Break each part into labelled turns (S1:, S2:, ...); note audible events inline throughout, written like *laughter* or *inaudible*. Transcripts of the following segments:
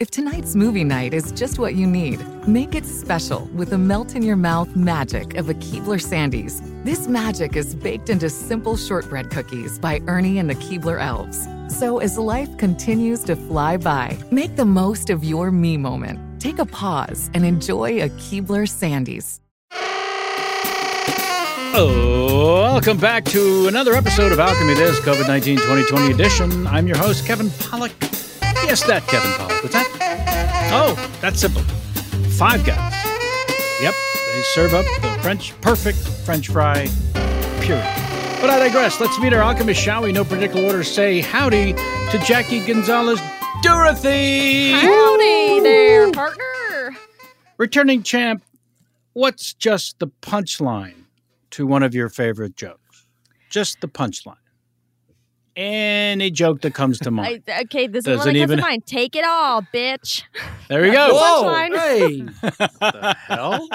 S1: If tonight's movie night is just what you need, make it special with the melt in your mouth magic of a Keebler Sandies. This magic is baked into simple shortbread cookies by Ernie and the Keebler Elves. So as life continues to fly by, make the most of your me moment. Take a pause and enjoy a Keebler Sandies.
S2: Welcome back to another episode of Alchemy This COVID 19 2020 edition. I'm your host, Kevin Pollock. Yes, that Kevin Pollock. What's that? Oh, that's simple. Five guys. Yep, they serve up the French, perfect French fry, period. But I digress. Let's meet our alchemist, shall we? No particular order. Say howdy to Jackie Gonzalez Dorothy.
S3: Howdy there, partner.
S2: Returning champ, what's just the punchline to one of your favorite jokes? Just the punchline. Any joke that comes
S4: *laughs*
S2: to
S3: I,
S2: mind.
S3: okay, this is
S2: Doesn't
S3: one that comes
S2: even-
S3: to mind. Take it all,
S2: *laughs*
S3: bitch.
S2: there we go.
S3: Punchline.
S4: *laughs* Hey, the hell?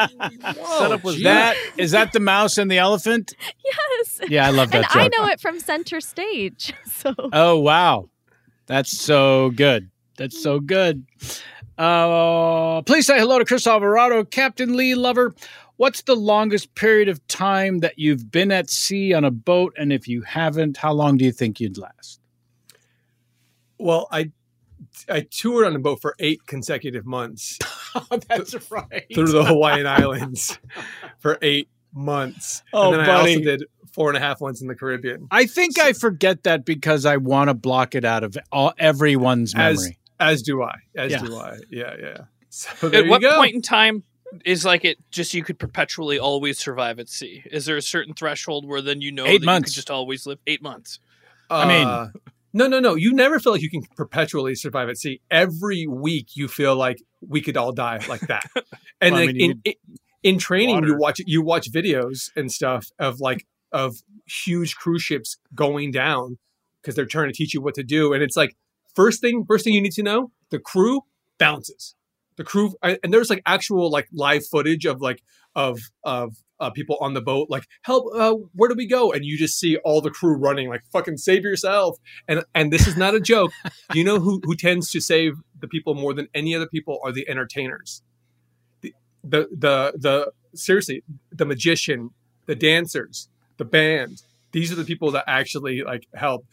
S2: Setup was that. Is that the mouse and the elephant?
S3: Yes.
S2: Yeah, I love
S3: And
S2: that
S3: I
S2: joke.
S3: know it from center stage. *laughs* So
S2: Oh wow, that's so good. That's so good. Uh, please say hello to Chris Alvarado, Captain Lee Lover. What's the longest period of time that you've been at sea on a boat? And if you haven't, how long do you think
S5: *laughs*
S2: you'd last?
S4: Well, I I toured on a boat for eight consecutive
S2: *laughs*
S4: months *laughs*
S5: Oh,
S2: that's right.
S4: through the
S5: *laughs*
S4: Hawaiian Islands *laughs* for eight months.
S2: Oh,
S4: and then I
S2: buddy.
S4: also did four and a half months in the Caribbean.
S2: I think I forget that because I want to block it out of all, everyone's
S4: As-
S2: memory.
S4: As do I. As
S2: Yeah.
S4: do I. Yeah, yeah.
S5: *laughs*
S4: So there
S5: At
S4: you
S5: what
S4: go.
S5: point in time is like it just you could perpetually always survive at sea? Is there a certain threshold where then you know
S2: Eight
S5: that you
S2: months.
S5: could just always live eight months?
S2: I mean-
S4: Uh, no, no, no. You never feel like you can perpetually survive at sea. Every week you feel like we could all die like
S2: *laughs*
S4: that. And
S2: Well, I
S4: like,
S2: mean,
S4: in, in in training, you
S2: water.
S4: watch you watch videos and stuff of like of huge cruise ships going down because they're trying to teach you what to do, and it's like First thing, first thing you need to know: the crew bounces. The crew, and and there's like actual like live footage of like of of uh, people on the boat, like help, uh, where do we go? And you just see all the crew running, like fucking save yourself. And and this is not a joke. you know who who tends to save the people more than any other people are the entertainers the the the seriously the magician the dancers the band these are the people that actually like help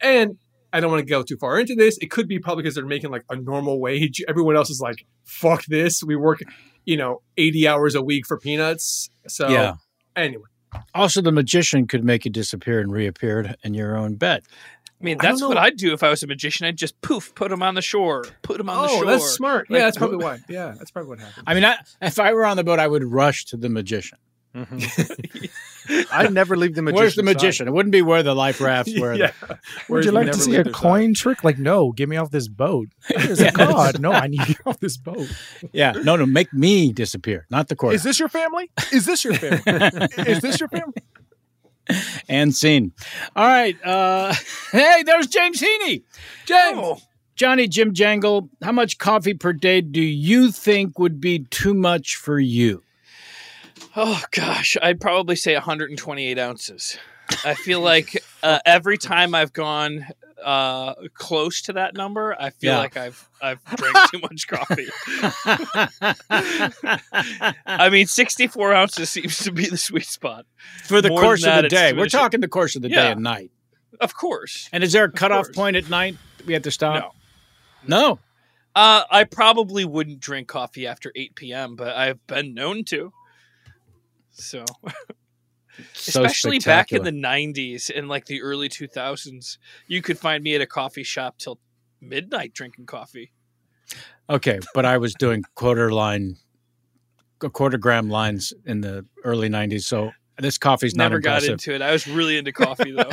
S4: and i don't want to go too far into this it could be probably because they're making like a normal wage everyone else is like fuck this we work you know 80 hours a week for peanuts so
S2: Yeah.
S4: anyway
S2: Also, the magician could make you disappear and reappear in your own bed.
S5: I mean,
S4: I don't
S5: that's
S4: know-
S5: what I'd do if I was a magician. I'd just poof, put him on the shore, put him on the
S4: oh
S5: shore.
S4: that's smart yeah
S5: Like,
S4: that's probably why yeah that's probably what happened
S2: I mean, I, if I were on the boat, I would rush to the magician.
S5: Mm-hmm.
S6: I'd never leave the magician.
S2: Where's the magician? It wouldn't be where the life rafts were. *laughs*
S4: yeah
S6: Would
S4: Whereas
S6: you like to
S4: never
S6: see
S4: leave
S6: a
S4: their side.
S6: coin trick? Like, no, get me off this boat. There's
S2: *laughs*
S6: a
S7: Uh,
S6: god. No, I need to get off this boat.
S2: Yeah. No, no, make me disappear, not the court.
S6: Is this your family? Is this
S4: *laughs*
S6: your family? Is this your family?
S2: and scene. All right. Uh, *laughs* hey, there's James Heaney. James.
S6: Oh.
S2: Johnny Jim Jangle, how much coffee per day do you think would be too much for you?
S5: Oh gosh, I'd probably say 128 ounces. I feel like
S2: *laughs* Oh,
S5: uh, every time I've gone uh, close to that number, I feel
S2: Yeah.
S5: like I've
S2: *laughs*
S5: I've drank too much coffee. I mean, 64 ounces seems to be the sweet spot.
S2: For the
S5: More than
S2: course of
S5: that,
S2: the
S5: it's
S2: day. We're
S5: finishing.
S2: talking the course of the day
S5: Yeah.
S2: and night.
S5: Of course.
S2: And is there a cutoff
S5: course.
S2: point at night that we have to stop? No. No.
S5: Uh, I probably wouldn't drink coffee after 8 p.m., but I've been known to. So, *laughs* especially back in the 90s and like the early 2000s, you could find me at a coffee shop till midnight drinking coffee.
S2: Okay, but I was doing quarter line, quarter gram lines in the early '90s, so this coffee's not
S5: Never got
S2: impressive.
S5: into it. I was really into coffee though.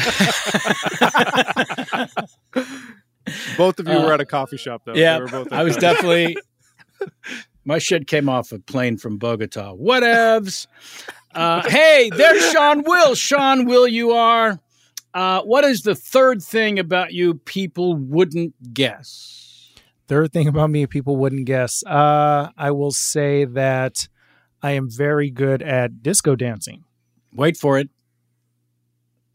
S6: Both of you
S2: Uh,
S6: were at a coffee shop, though.
S2: yeah,
S6: They were both at
S2: I was
S6: coffee shop.
S2: definitely.
S6: *laughs*
S2: My shit came off a plane from Bogota. Whatevs. Uh, hey, there's Sean Will. Sean Will, you are. Uh, what is the third thing about you people wouldn't guess?
S6: Third thing about me, people wouldn't guess. Uh, I will say that I am very good at disco dancing.
S2: Wait for it.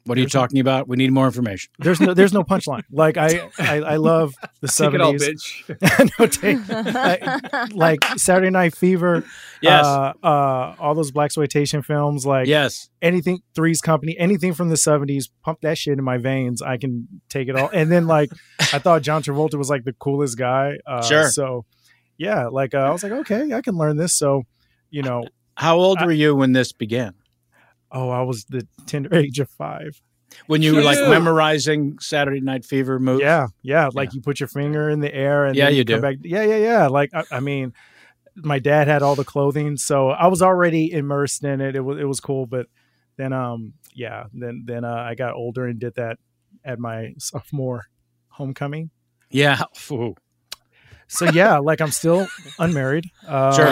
S2: What are you
S6: There's no-
S2: talking about? We need more information.
S6: There's no, there's no punchline. Like I, I, I love
S4: *laughs*
S6: the
S4: take it all
S6: seventies.
S4: bitch
S6: *laughs* no,
S8: *laughs*
S6: take, I- like Saturday Night Fever.
S2: *laughs* Yes.
S6: Uh, uh, all those black exploitation films. Like
S2: yes.
S6: anything Three's Company, anything from the seventies, pump that shit in my veins. I can take it all. And then
S2: *laughs*
S6: like I thought John Travolta was like the coolest guy. Uh,
S2: Sure.
S6: So yeah, like uh, I was like, okay, I can learn this. So you know,
S2: *laughs* How old were you when this began?
S6: oh, I was the tender age of five.
S2: When you were like
S4: Cute.
S2: memorizing Saturday Night Fever moves?
S6: Yeah, yeah. Like you put your finger in the air and
S2: Yeah,
S6: then
S2: you
S6: come
S2: do.
S6: Back. Yeah, yeah, yeah. Like I, I mean, my dad had all the clothing, so I was already immersed in it. It was it was cool, but then um yeah then then uh, I got older and did that at my sophomore homecoming.
S2: Yeah. *laughs* Ooh. *laughs*
S6: So yeah, like I'm still unmarried. Um,
S2: Sure.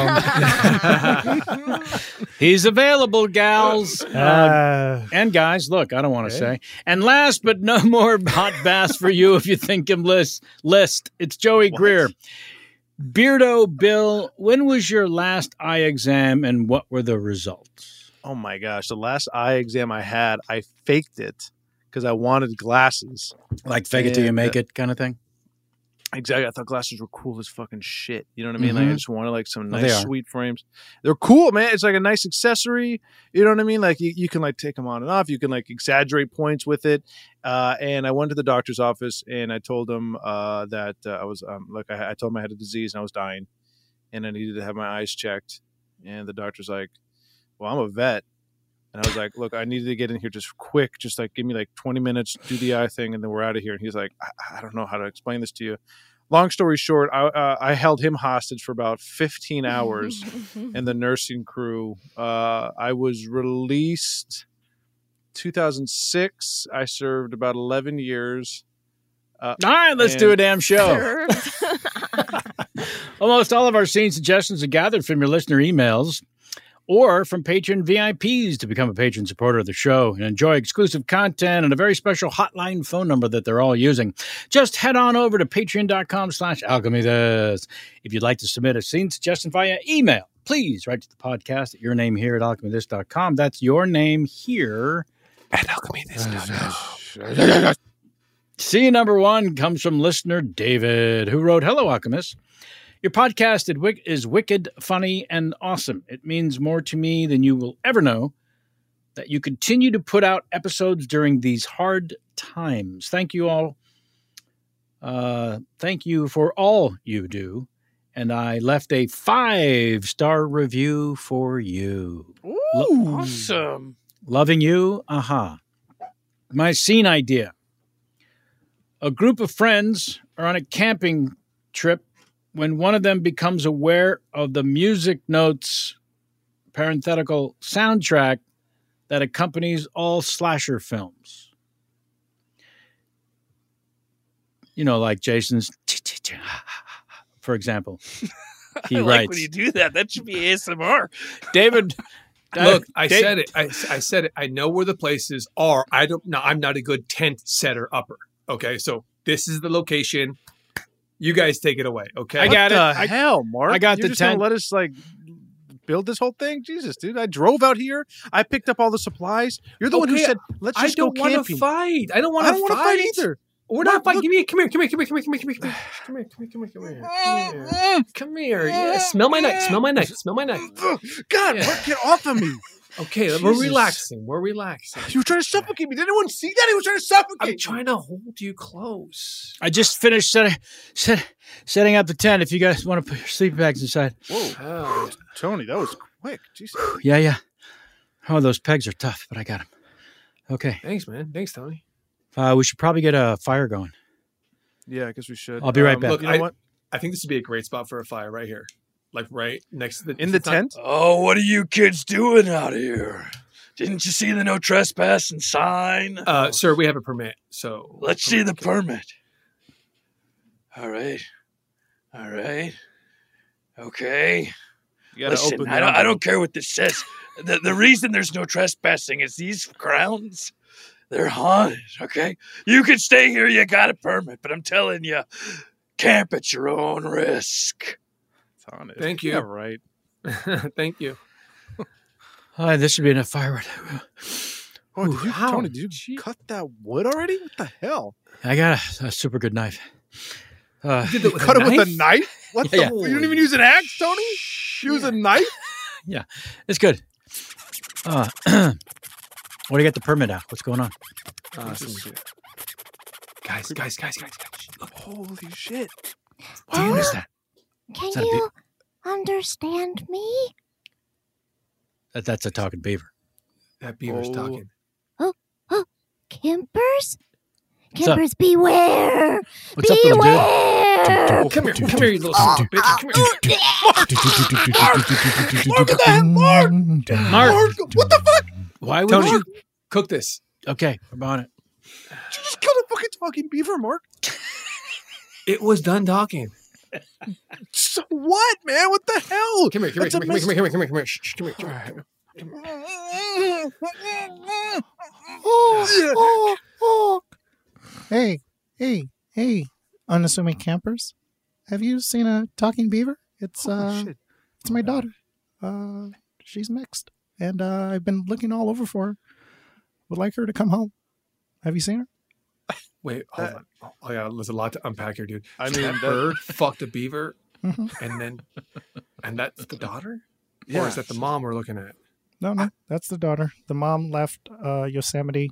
S2: *laughs* He's available, gals. Uh,
S6: uh,
S2: and guys, look, I don't want to
S6: Okay.
S2: say. And last but no *laughs* more hot bass for you if you think him list list. It's Joey Greer. Beardo Bill, when was your last eye exam and what were the results?
S6: oh
S9: my gosh, the last eye exam I had, I faked it because I wanted glasses.
S2: Like fake it till you
S9: And, uh,
S2: make it kind of thing?
S9: Exactly. I thought glasses were cool as fucking shit. You know what I mean? Like I
S2: Mhm.
S9: just wanted like some
S2: Well,
S9: nice
S2: they are.
S9: sweet frames. They're cool, man. It's like a nice accessory. You know what I mean? Like you, you can like take them on and off. You can like exaggerate points with it. Uh, and I went to the doctor's office and I told him uh, that uh, I was um, like I, I told him I had a disease and I was dying, and I needed to have my eyes checked. And the doctor's like, "Well, I'm a vet." And I was like, "Look, I needed to get in here just quick. Just like give me like 20 minutes, do the eye thing, and then we're out of here." And he's like, I, "I don't know how to explain this to you." long story short, I, uh, I held him hostage for about 15 hours in the nursing crew. Uh, I was released 2006. I served about 11 years. Uh,
S2: All right, let's
S9: And-
S2: do a damn show.
S10: Served.
S2: Almost all of our scene suggestions are gathered from your listener emails or from patron VIPs to become a patron supporter of the show and enjoy exclusive content and a very special hotline phone number that they're all using. Just head on over to patreon.com slash alchemy this. If you'd like to submit a scene suggestion via email, please write to the podcast at your name here at alchemythis.com. That's your name here at *sighs* alchemythis.com. C number one comes from listener David, who wrote, Hello, Alchemist. Your podcast is wicked, funny, and awesome. It means more to me than you will ever know that you continue to put out episodes during these hard times. Thank you all. Uh, thank you for all you do. And I left a five star review for you.
S11: Ooh, Lo- awesome.
S2: Loving you. Aha. Uh-huh. My scene idea. A group of friends are on a camping trip when one of them becomes aware of the music notes parenthetical soundtrack that accompanies all slasher films you know like jason's *laughs* for example
S5: *laughs*
S11: he *laughs* I writes, like when you do that that should be asmr
S2: david
S7: uh,
S4: Look, I david, said it. I, I said it. I know where the places are. I don't. No, I'm not a good tent setter upper. Okay, so this is the location. You guys take it away, okay?
S2: I
S7: what
S2: got it.
S9: uh,
S7: The I, hell, Mark.
S2: I got
S7: You're
S2: the
S7: just
S2: tent.
S7: Let us like build this whole thing. Jesus, dude! I drove out here. I picked up all the supplies. You're the okay, one who said, "Let's
S4: I
S7: just
S4: don't
S7: go
S4: wanna
S7: camping."
S4: Fight. I don't want
S7: I
S4: to.
S7: don't want to fight either.
S4: We're not fighting. Give me. Come here. Come here. Come here. Come here. Come here. Come here. Come here. Come here. Come here.
S7: Ah.
S4: Come here. Come here. Come here. Yeah, smell my knife. Smell my knife. Smell my knife.
S7: Ugh, God,
S4: Yeah.
S7: Mark, get off of me!
S4: Okay, we're
S7: Jesus.
S4: relaxing. We're relaxing.
S7: You were trying to suffocate me. Did anyone see that? He was trying to suffocate.
S4: I'm
S7: me.
S4: trying to hold you close.
S2: I just finished setting set, setting up the tent. If you guys want to put your sleeping bags inside,
S7: Whoa,
S4: Oh,
S7: Tony, that was quick. Jesus.
S2: yeah, yeah. Oh, those pegs are tough, but I got them. Okay,
S4: thanks, man. Thanks, Tony.
S2: uh, we should probably get a fire going.
S7: Yeah, I guess we should.
S2: I'll be right
S7: Um,
S2: back.
S7: Look,
S4: Look,
S7: you know
S4: I,
S7: what?
S4: I think this would be a great spot for a fire right here, like right next to the
S7: In the
S4: it's not-
S7: tent.
S11: Oh, what are you kids doing out here? Didn't you see the no trespassing sign?
S4: Uh, sir, we have a permit, so
S11: Oh, Let's see the permit. All right. All right. Okay.
S7: You gotta
S11: Listen,
S7: open
S11: I
S7: the
S11: don't, I don't
S7: envelope.
S11: care what this says. The, the reason there's no trespassing is these grounds, they're haunted, okay? You can stay here, you got a permit, but I'm telling you, camp at your own risk.
S7: It's honest.
S4: Thank you.
S7: Yeah, right.
S4: *laughs* Thank you.
S2: Uh, this should be enough firewood.
S7: Oh, did you,
S4: Wow,
S7: Tony, did you cut that wood already? What the hell?
S2: I got a, a super good knife. Uh,
S4: Did it
S2: *laughs*
S7: You cut it with a knife? What
S2: Yeah,
S7: the? You didn't even use an axe, Tony. Use a knife?
S2: it's good. Uh, *clears throat* what do you got the permit out? What's going on?
S4: Uh, some- guys, guys, guys, guys, guys. Look,
S7: Holy shit!
S2: Damn, is that,
S3: Can
S2: Is that a
S3: you understand me?
S2: that that's a talking beaver?
S4: that beaver's
S7: Oh.
S4: talking.
S3: Kimpers?
S2: What's up?
S3: Kimpers, beware!
S2: What's up, little dude?
S3: beware!
S4: Come here, come here, you little
S7: Ah, Oh,
S4: son of a bitch. Come here.
S7: Mark, what the hell, Mark?
S2: Mark,
S7: Mark, what the fuck?
S2: why would
S4: Tony,
S2: you?
S4: cook this.
S2: Okay, I'm on it.
S7: Did you just killed a fucking talking beaver, Mark.
S4: It was done talking.
S7: So what, man? What the hell?
S4: Come here, come here,
S7: That's
S4: come
S7: a
S4: here, come here, come here, come here, come here. Shh, shh, come here, come here.
S7: Oh,
S12: Hey, hey, hey, unassuming campers. Have you seen a talking beaver? It's
S7: Holy
S12: uh
S7: Oh, shit.
S12: it's my daughter. Uh she's mixed. And uh, I've been looking all over for her. Would like her to come home. Have you seen her?
S4: Wait, hold
S7: That-
S4: on. Oh, Oh yeah, there's a lot to unpack here, dude.
S7: I
S4: So
S7: mean,
S4: that
S7: that- *laughs*
S4: bird fucked a beaver,
S12: Mhm.
S4: and then, and that's
S11: *laughs*
S4: the daughter,
S7: Yeah.
S4: or is that the mom we're looking at?
S12: No, no, that's the daughter. The mom left uh Yosemite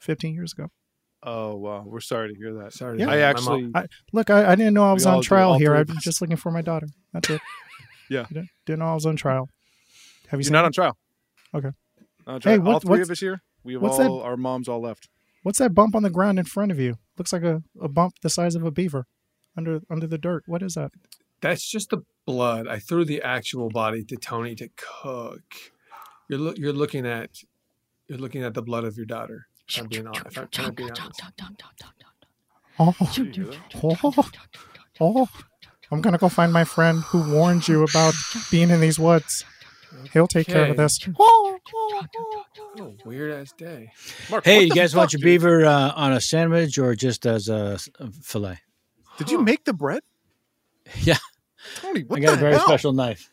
S12: 15 years ago.
S7: Oh wow, we're sorry to hear that.
S4: Sorry, to
S12: Yeah.
S4: hear
S7: I
S4: that. My
S7: actually,
S4: mom-
S12: I, look, I, I didn't know I was
S7: We all
S12: on
S7: do,
S12: trial
S7: all
S12: here.
S7: three
S12: I'm
S7: of us.
S12: just looking for my daughter. That's
S7: *laughs*
S12: it.
S7: Yeah.
S12: Didn't, didn't know I was on trial. Have you
S7: you're
S12: seen
S7: not
S12: her?
S7: on trial.
S12: Okay.
S7: Not on trial.
S12: Hey, what-
S7: all three
S12: what's-
S7: of us here. We have all
S12: what's that-
S7: our moms all left.
S12: What's that bump on the ground in front of you? Looks like a, a bump the size of a beaver under under the dirt. What is that? *laughs*
S4: That's just the blood. I threw the actual body to Tony to cook. You're loo- you're looking at you're looking at the blood of your daughter. If I'm being honest. If I'm trying to be honest.
S12: Oh, oh, oh. I'm gonna go find my friend who warned you about being in these woods.
S8: He'll take care of
S4: Okay.
S8: this.
S4: Oh, weird ass day.
S2: hey,
S4: what
S2: you
S4: the
S2: guys want
S4: fuck,
S2: your beaver uh, on a sandwich or just as a s- a fillet?
S7: Did you make the bread?
S2: *laughs* Yeah,
S7: Tony, what
S2: I got
S7: the
S2: a very
S7: hell?
S2: special knife.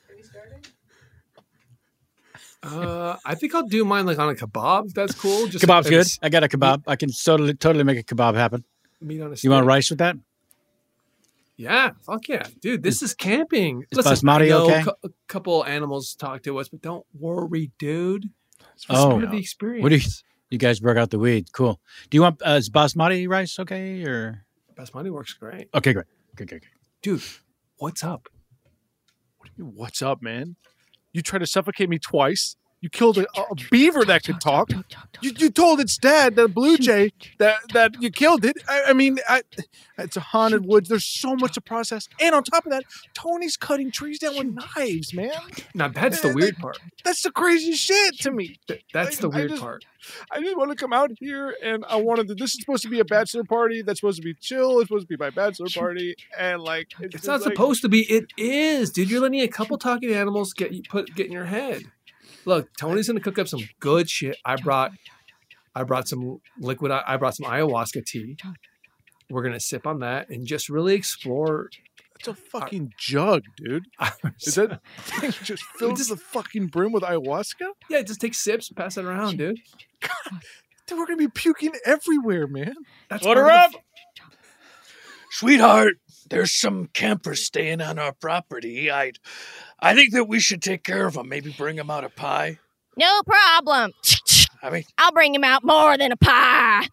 S4: Uh, I think I'll do mine like on a kebab. If that's cool. Just
S2: Kebab's good.
S4: it's
S2: I got a kebab. I can totally totally make a kebab happen.
S4: Meat on a
S2: You want
S4: stick.
S2: rice with that?
S4: Yeah, fuck yeah, dude. This is camping.
S2: is basmati
S4: I know
S2: okay?
S4: cou- a couple animals talk to us, but don't worry, dude. It's
S2: Oh,
S4: part of the experience.
S2: What do you? You guys broke out the weed. Cool. Do you want uh, is basmati rice? Okay, or
S4: basmati works great.
S2: okay, great. Good, good, good.
S4: Dude, what's up?
S7: What's up, man? You tried to suffocate me twice. You killed a, a beaver that could talk. You, you told its dad, the blue jay, that, that you killed it. I, I mean, I, it's a haunted woods. There's so much to process. And on top of that, Tony's cutting trees down with knives, man.
S4: Now that's the
S7: Man,
S4: weird
S7: that-
S4: part.
S7: That's the craziest shit to me.
S4: That's
S7: I-
S4: the
S7: I
S4: weird
S7: just-
S4: part.
S7: I didn't want to come out here, and I wanted to. This is supposed to be a bachelor party. That's supposed to be chill. It's supposed to be my bachelor party, and like
S4: It's, not supposed to be.
S7: *laughs*
S4: It is, dude. You're letting a couple talking animals get you put get in your head. Look, Tony's gonna cook up some good shit. I brought, I brought some liquid. I brought some ayahuasca tea. We're gonna sip on that and just really explore.
S7: It's a fucking jug, dude. Is
S4: *laughs*
S7: that *laughs* thing just filled to the fucking brim with ayahuasca?
S4: Yeah, just take sips and pass it around, dude.
S7: Dude, we're gonna be puking everywhere, man.
S4: That's
S11: Order
S7: part of
S11: up,
S7: the
S11: sweetheart. There's some campers staying on our property. I, I think that we should take care of them. Maybe bring them out a pie.
S3: No
S11: *laughs*
S3: problem.
S11: I mean,
S3: I'll bring him out more than a pie.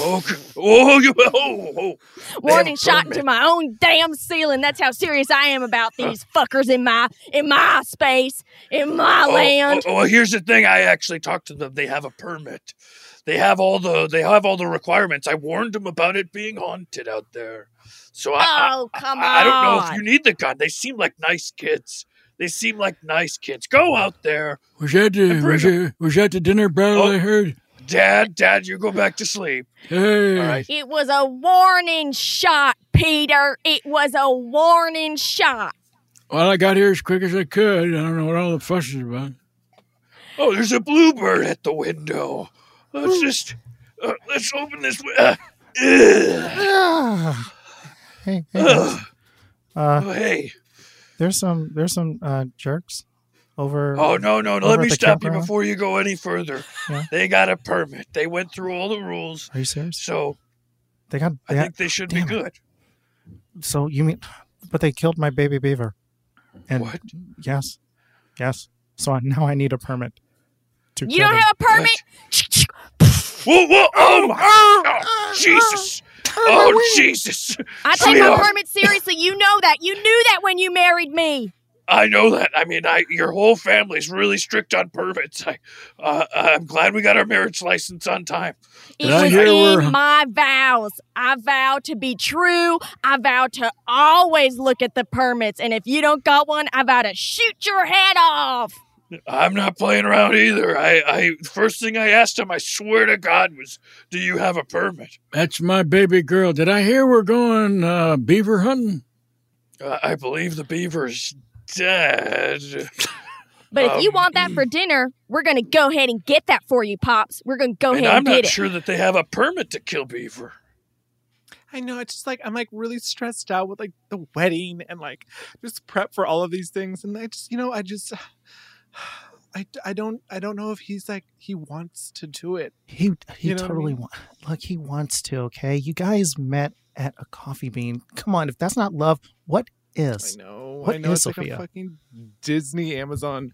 S11: oh, oh, you, oh, oh.
S3: Warning
S11: Damn,
S3: shot
S11: burn
S3: into
S11: me.
S3: my own damn ceiling. That's how serious I am about these fuckers in my in my space, in my
S11: Oh,
S3: land.
S11: Oh, oh, here's the thing. I actually talked to them. They have a permit. They have all the they have all the requirements. I warned them about it being haunted out there. So I, I-
S3: Oh, come
S11: I, I don't know if
S3: on.
S11: you need the gun. They seem like nice kids. They seem like nice kids. Go out there,
S2: Was that the was that, was that the dinner battle
S4: Oh.
S2: I heard?
S11: Dad. Dad, you go back to sleep.
S2: Hey.
S11: Hmm.
S3: It was a warning shot, Peter. It was a warning shot.
S2: Well, I got here as quick as I could. I don't know what all the fuss is about.
S11: Oh, there's a bluebird at the window. Let's just uh, let's open this. wi- Uh,
S12: Oh,
S11: ugh.
S8: Ah. hey, hey,
S11: Ugh.
S8: guys. Uh,
S11: Oh, hey.
S8: There's some there's some uh, jerks over.
S11: Oh no no! no. Let
S8: over
S11: me
S8: at the
S11: stop you
S8: campground.
S11: before you go any further.
S8: Yeah.
S11: They got a permit. They went through all the rules,
S8: Are you serious?
S11: so
S8: They got.
S11: I
S8: They got
S11: think they should
S8: damn
S11: be
S8: it.
S11: good.
S8: so you mean, but they killed my baby beaver. And
S11: What?
S8: Yes, yes. So I, now I need a permit. To
S3: You
S8: kill
S3: don't
S8: them.
S3: have a permit?
S11: Whoa whoa! Oh,
S8: Ah,
S11: oh, Jesus! Oh Jesus!
S3: I take my
S11: Sweetheart,
S3: permit seriously. You know that. You knew that when you married me.
S11: I know that. I mean, I your whole family's really strict on permits. I, uh, I'm glad we got our marriage license on time.
S3: It was in my vows. I vow to be true. I vow to always look at the permits. And if you don't got one, I vow to shoot your head off.
S11: I'm not playing around either. I, I first thing I asked him, I swear to God, was, "Do you have a permit?"
S2: That's my baby girl. Did I hear we're going uh, beaver hunting?
S11: Uh, I believe the beaver's dead.
S3: But if you
S11: Um,
S3: want that for dinner, we're going to go ahead and get that for you, Pops. We're going to go
S11: and
S3: ahead
S11: I'm
S3: and
S11: not
S3: get it.
S11: sure that they have a permit to kill beaver.
S7: I know. It's just like I'm like really stressed out with like the wedding and like just prep for all of these things, and I just you know I just *sighs* I, I don't I don't know if he's like he wants to do it.
S8: He he
S7: You know what I
S8: totally
S7: mean?
S8: wa- look. He wants to. Okay, you guys met at a coffee bean. Come on, if that's not love, what is?
S7: I know.
S8: What
S7: Oh, I know.
S8: is
S7: it's like
S8: Sophia?
S7: a fucking Disney Amazon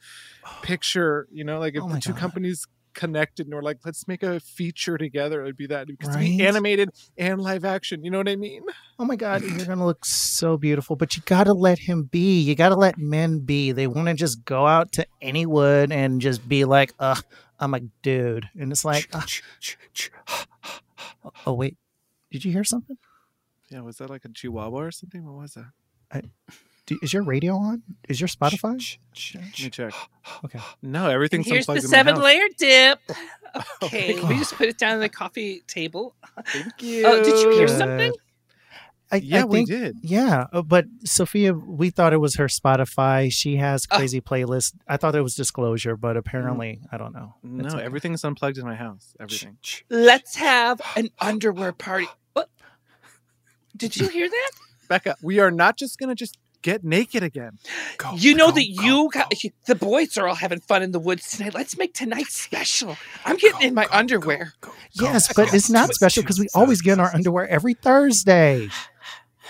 S7: picture. You know, like if the two companies connected and were like, let's make a feature together, it'd be that because it'd be
S8: Right?
S7: animated and live action. You know what I mean?
S8: Oh my
S7: *laughs*
S8: God, you're gonna look so beautiful, but you gotta let him be. You gotta let men be. They want to just go out to any wood and just be like, "Uh, I'm a dude," and it's like, "Ah." oh wait, did you hear something?
S7: Yeah, was that like a Chihuahua or something? What was that?
S8: I, do, is your radio on? Is your Spotify?
S7: Let me check.
S8: Okay.
S7: No, everything's
S13: Here's the
S7: unplugged in my
S13: seven
S7: house.
S13: layer
S7: *laughs*
S13: dip. Okay,
S7: thank
S13: we
S7: you.
S13: just put it down on the coffee table.
S7: Thank
S13: Oh, did you hear
S8: Good.
S13: something?
S8: I- I,
S7: Yeah,
S8: I
S7: we
S8: think-
S7: did.
S8: Yeah, uh, but Sophia, we thought it was her Spotify. She has crazy playlist. I thought it was Disclosure, but apparently, I don't know.
S7: No, everything's unplugged in my house. Everything.
S13: Let's have an underwear party. What? Did you hear that?
S7: Becca, we are not just gonna just get naked again.
S13: you know that you got the boys are all having fun in the woods tonight. Let's make tonight special. I'm getting in my underwear.
S8: yes, but it's not special because we always get in our underwear every Thursday.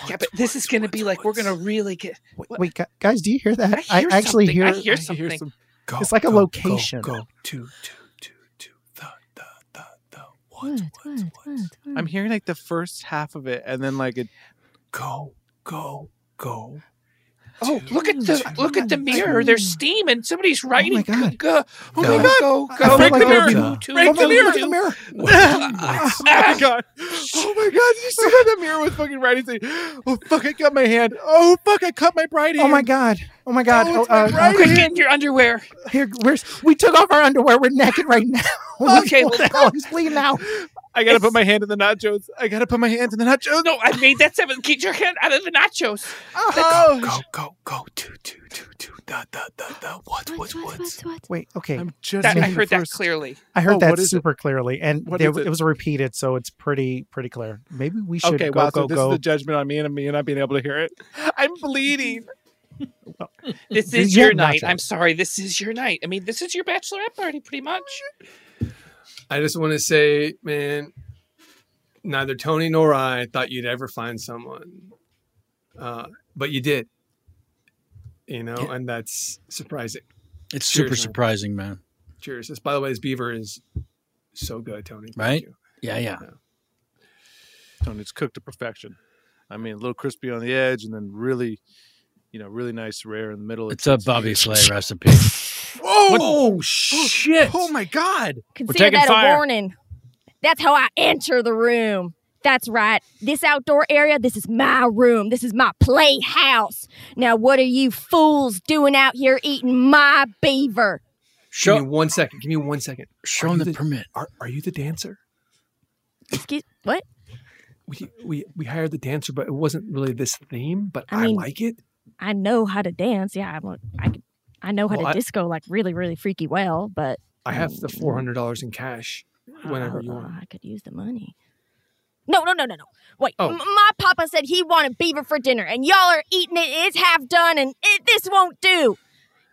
S13: Yeah, but this is going to be like we're going to really get. what-
S8: Wait, gu- guys, do you hear that?
S13: I hear
S8: actually
S13: something.
S8: hear.
S13: I hear something.
S8: it's like a location.
S7: to to
S14: What? What? What?
S7: I'm hearing like the first half of it, and then like it. Go, go, go.
S13: Oh, look at the look at the mirror. There's steam and somebody's writing. Go- go- Oh my
S7: No.
S13: god! Go
S7: I
S13: go
S7: felt like
S13: go!
S7: there would be-
S13: go,
S7: Oh my God, look at
S8: *laughs*
S7: the
S8: mirror.
S7: *laughs*
S13: *laughs*
S7: oh my god! Oh my god! Did you see that the mirror was fucking writing? Saying, "Oh fuck! I cut my hand. Oh fuck! I cut my right hand.
S8: Oh my god! Oh my god!
S7: Oh, it's
S8: Oh,
S7: my
S8: uh,
S7: right
S8: okay.
S7: hand.
S13: Get in your underwear.
S8: Here, we're, we took off our underwear. We're naked right now. *laughs*
S13: Okay,
S8: what the
S13: let's-
S8: hell is Lee now?
S7: I gotta put my hand in the nachos. I gotta put my hand in the nachos.
S13: No, I made that seven. Get your hand out of the nachos.
S7: Oh,
S13: Go,
S7: go, go, two, two, two, two, da, da, da, da. *gasps* What, what, what?
S8: Wait, okay. I'm
S7: just
S13: That- I heard that clearly.
S8: I heard
S7: Oh,
S8: that
S7: what is it?
S8: super clearly, and
S7: What
S8: there,
S7: is
S8: it?
S7: it?
S8: was repeated, so it's pretty pretty clear. Maybe we should
S7: okay,
S8: go
S7: wow.
S8: go
S7: so this
S8: go.
S7: is the judgment on me and me not being able to hear it. I'm
S13: *laughs*
S7: bleeding.
S13: This
S8: These
S13: is your
S8: are
S13: night.
S8: nachos.
S13: I'm sorry. This is your night. I mean, this is your bachelorette party, pretty much.
S4: I just want to say, man, neither Tony nor I thought you'd ever find someone, uh, but you did. You know, and that's surprising. Cheers,
S2: It's super
S4: man.
S2: surprising, man.
S4: Cheers. This, by the way, this beaver is so good, Tony. Thank
S2: Right?
S4: you.
S2: Yeah, yeah.
S7: And it's cooked to perfection. I mean, a little crispy on the edge, and then really, you know, really nice rare in the middle.
S2: It's a
S7: *laughs*
S2: Bobby Flay recipe.
S7: Whoa!
S4: shit!
S7: Oh my god!
S3: Consider that a warning. That's how I enter the room. That's right. This outdoor area, this is my room. This is my playhouse. Now, what are you fools doing out here eating my beaver?
S4: Give me one second. Give me one second. Show him the, permit. Are, are you the dancer?
S3: Excuse what?
S4: We, we we hired the dancer, but it wasn't really this theme. But I,
S3: I mean-
S4: like it.
S3: I know how to dance. Yeah, I'm. a- I could- I know how
S4: Well,
S3: to
S4: I-
S3: disco like really, really freaky well. But
S4: I have the
S7: Mm.
S4: four hundred dollars in cash whenever you
S3: Uh,
S4: want.
S3: I could use the money. No, no, no, no, no. Wait,
S4: Oh.
S3: m- my papa said he wanted beaver for dinner, and y'all are eating it. It's half done, and it, this won't do.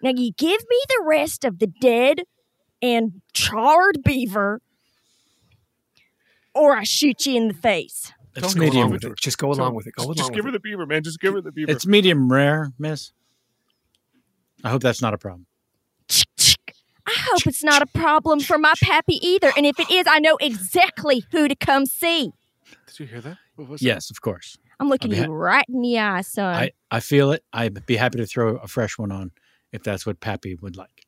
S3: Now you give me the rest of the dead and charred beaver, or I shoot you in the face.
S2: It's
S4: Don't go
S2: medium.
S4: along with it. Just go along with it. Go along
S7: Just give her
S4: with
S7: the beaver, man. Just give her the beaver.
S2: It's medium rare, miss. I hope that's not a problem.
S3: I hope it's not a problem for my pappy either, and if it is, I know exactly who to come see.
S7: Did you hear that? What was
S2: Yes, of course.
S3: I'm looking
S2: I'll
S3: you
S2: be ha-
S3: right in the eye, son.
S2: I, I feel it. I'd be happy to throw a fresh one on if that's what Pappy would like.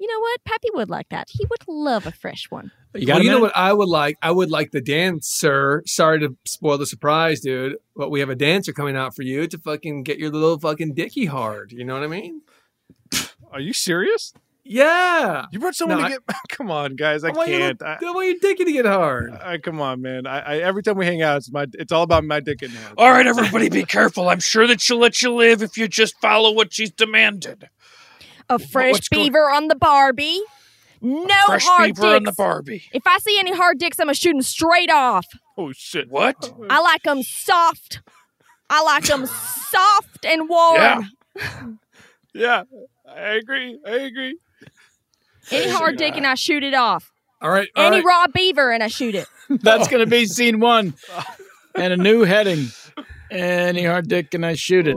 S3: You know what? Pappy would like that. He would love a fresh one.
S4: well,
S2: You got a
S4: you know
S2: minute?
S4: what I would like? I would like the dancer. Sorry to spoil the surprise, dude, but we have a dancer coming out for you to fucking get your little fucking dicky hard. You know what I mean?
S7: Are you serious?
S4: Yeah.
S7: You brought someone
S4: No,
S7: to
S4: I- *coughs*
S7: get. Come on, guys. I,
S4: I want your
S7: can't.
S4: little-
S7: I,
S4: I want your dicky to get hard.
S7: I- come on, man. I, I every time we hang out, it's my. It's all about my dick and hand.
S13: All right, everybody, be careful. I'm sure that she'll let you live if you just follow what she's demanded.
S3: A fresh beaver on the Barbie. No
S13: fresh
S3: hard
S13: beaver
S3: dicks.
S13: on the Barbie.
S3: If I see any hard dicks, I'm gonna shoot them straight off.
S7: Oh shit!
S13: What?
S3: I like them soft. I like them soft and warm.
S7: Yeah.
S15: *laughs*
S7: Yeah, I agree. I agree.
S3: Any hard dick and I shoot it off.
S4: All right.
S3: any raw beaver and I shoot it.
S4: *laughs*
S2: That's going to be scene one and a new heading. Any hard dick can I shoot it?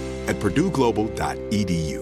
S16: at purdueglobal.edu.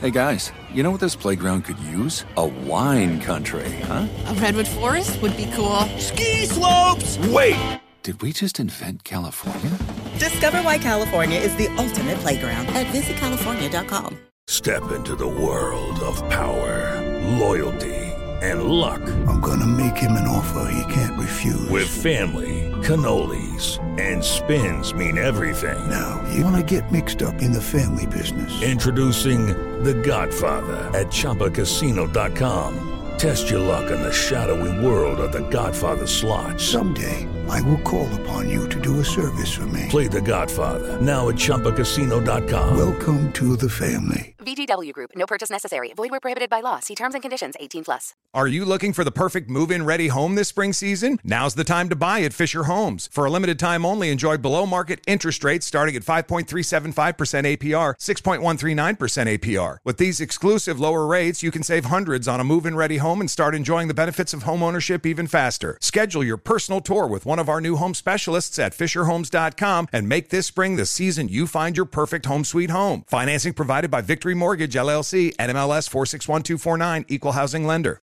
S17: Hey guys, you know what this playground could use? A wine country, huh?
S18: A redwood forest would be cool.
S19: Ski slopes!
S17: Wait! Did we just invent California?
S20: Discover why California is the ultimate playground at visitcalifornia.com.
S21: Step into the world of power, loyalty, and luck.
S22: I'm gonna make him an offer he can't refuse.
S21: With family, cannolis, and spins mean everything.
S22: Now, you wanna get mixed up in the family business.
S21: Introducing The Godfather at ChumbaCasino.com. Test your luck in the shadowy world of The Godfather slot.
S22: Someday, I will call upon you to do a service for me.
S21: Play The Godfather now at ChumbaCasino.com.
S22: Welcome to the family.
S23: VGW Group. No purchase necessary. Void where prohibited by law. See terms and conditions. 18 plus.
S24: Are you looking for the perfect move in ready home this spring season? Now's the time to buy at Fisher Homes. For a limited time only, enjoy below market interest rates starting at 5.375% APR, 6.139% APR. With these exclusive lower rates, you can save hundreds on a move in ready home and start enjoying the benefits of home ownership even faster. Schedule your personal tour with one of our new home specialists at FisherHomes.com and make this spring the season you find your perfect home sweet home. Financing provided by Victory Mortgage, LLC, NMLS 461249, Equal Housing Lender.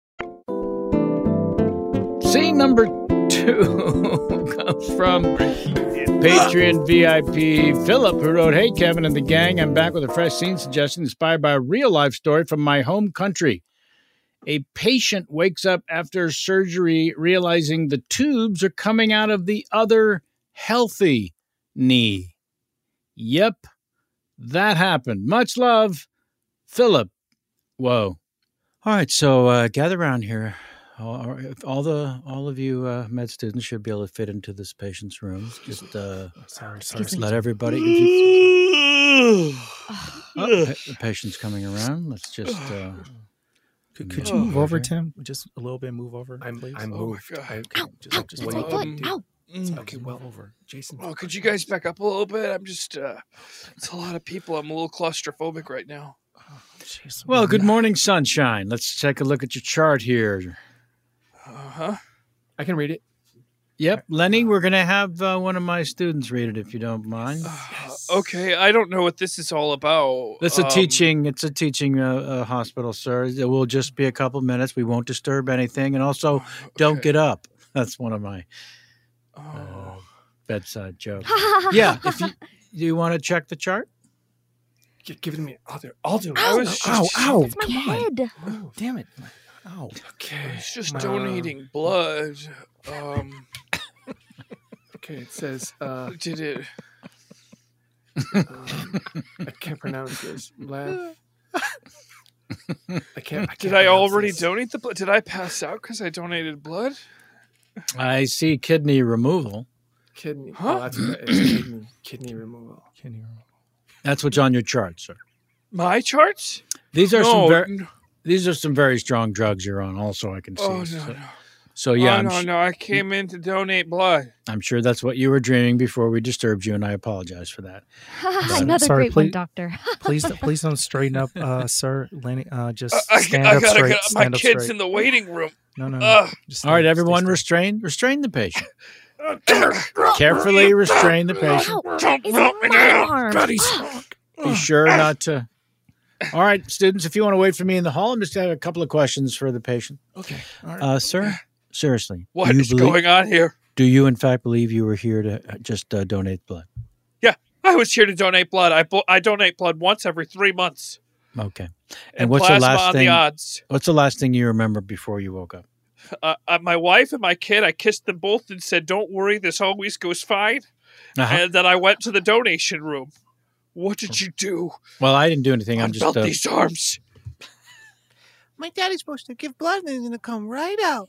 S25: Scene number two comes from Patreon VIP Philip, who wrote, Hey, Kevin and the gang, I'm back with a fresh scene suggestion inspired by a real life story from my home country. A patient wakes up after surgery realizing the tubes are coming out of the other healthy knee. Yep, that happened. Much love, Philip. Whoa.
S2: All right, so uh, gather around here. All, all the all of you uh, med students should be able to fit into this patient's room. Just uh,
S15: sorry, sorry.
S2: just let everybody. if you- Oh, pa- the patient's coming around. Let's just. Uh,
S6: Could, could you move over, Tim? Just a little bit move over,
S15: Oh, I'm,
S6: please.
S15: I'm
S2: Oh
S15: moved. I,
S6: just,
S15: just way
S11: foot.
S15: overdue.
S11: Ow.
S15: It's
S2: Mm.
S15: Okay, well over.
S11: *laughs*
S15: Jason.
S11: Oh, could you guys back up a little bit? I'm just, uh, it's a lot of people. I'm a little claustrophobic right now.
S25: Well, good morning, sunshine. Let's take a look at your chart here.
S11: Uh
S2: Uh-huh.
S11: huh.
S15: I can read it.
S25: Yep, Lenny, we're going to have uh, one of my students read it if you don't mind.
S11: Uh, Okay, I don't know what this is all about.
S2: That's a
S11: Um,
S2: teaching. It's a teaching uh, uh, hospital, sir. It will just be a couple minutes. We won't disturb anything, and also
S11: Oh,
S2: don't get up. That's one of my uh,
S11: Oh. *laughs*
S2: bedside jokes. yeah, if you do, you want to check the chart?
S15: Gi- Give it to me. I'll do it. I'll do it.
S11: Ow,
S15: I was
S11: ow,
S15: just-
S2: ow.
S10: It's my head.
S6: Damn it.
S2: Ow.
S15: Okay.
S11: It's just
S4: *coughs*
S15: Uh,
S11: donating blood. Um,
S15: *laughs* Okay, it says. Uh,
S11: did it?
S15: I can't pronounce this.
S2: *laughs*
S15: Laugh. I can't. I can't
S11: Did I
S15: pronounce
S11: already
S15: this.
S11: donate the blood? Did I pass out because I donated blood?
S2: I see kidney removal.
S15: Kidney.
S11: Huh?
S15: Oh, that's what it is. Kidney, kidney removal.
S6: Kidney removal.
S2: That's what's on your chart, sir.
S11: My charts?
S2: These are
S11: No,
S2: some very
S11: n-
S2: these are some very strong drugs you're on. Also, I can see.
S11: Oh, no,
S2: so,
S11: no.
S2: so, yeah,
S11: oh,
S2: I'm,
S11: no,
S2: su-
S11: no. I came in to donate blood.
S2: I'm sure that's what you were dreaming before we disturbed you, and I apologize
S10: *laughs*
S2: for that. But-
S10: Another
S6: sorry,
S10: great one,
S6: please-
S10: Doctor. *laughs*
S6: please, please don't straighten up, uh, sir. Lenny, uh, just
S11: I,
S6: stand
S11: I
S6: up
S11: gotta
S6: straight.
S11: get my
S6: stand up
S11: kids
S6: straight.
S11: in the waiting room.
S6: No, no. no.
S11: Ugh.
S6: Just
S2: All right,
S11: *coughs*
S6: stand-
S2: everyone, restrain restrain the patient. Carefully restrain the patient.
S7: Don't roll me down.
S2: God, he's strong. Be sure not to. All right, students, if you want to wait for me in the hall, I'm just going to have a couple of questions for the patient.
S11: Okay.
S2: Uh, sir, seriously.
S11: What
S2: do you
S11: is going on here?
S2: Do you, in fact, believe you were here to uh, just uh, donate blood?
S11: Yeah, I was here to donate blood. I bl- I donate blood once every three months.
S2: Okay. And,
S11: And
S2: what's the
S11: plasma
S2: last
S11: on the
S2: thing?
S11: odds.
S2: What's the last thing you remember before you woke up?
S11: Uh, uh, my wife and my kid, I kissed them both and said, "Don't worry, this always goes fine."
S2: Uh-huh.
S11: And then I went to the donation room. What did you do?
S2: Well, I didn't do anything. I'm just
S11: Unbelt
S2: uh,
S11: these arms.
S7: My daddy's supposed to give blood and he's going to come right out.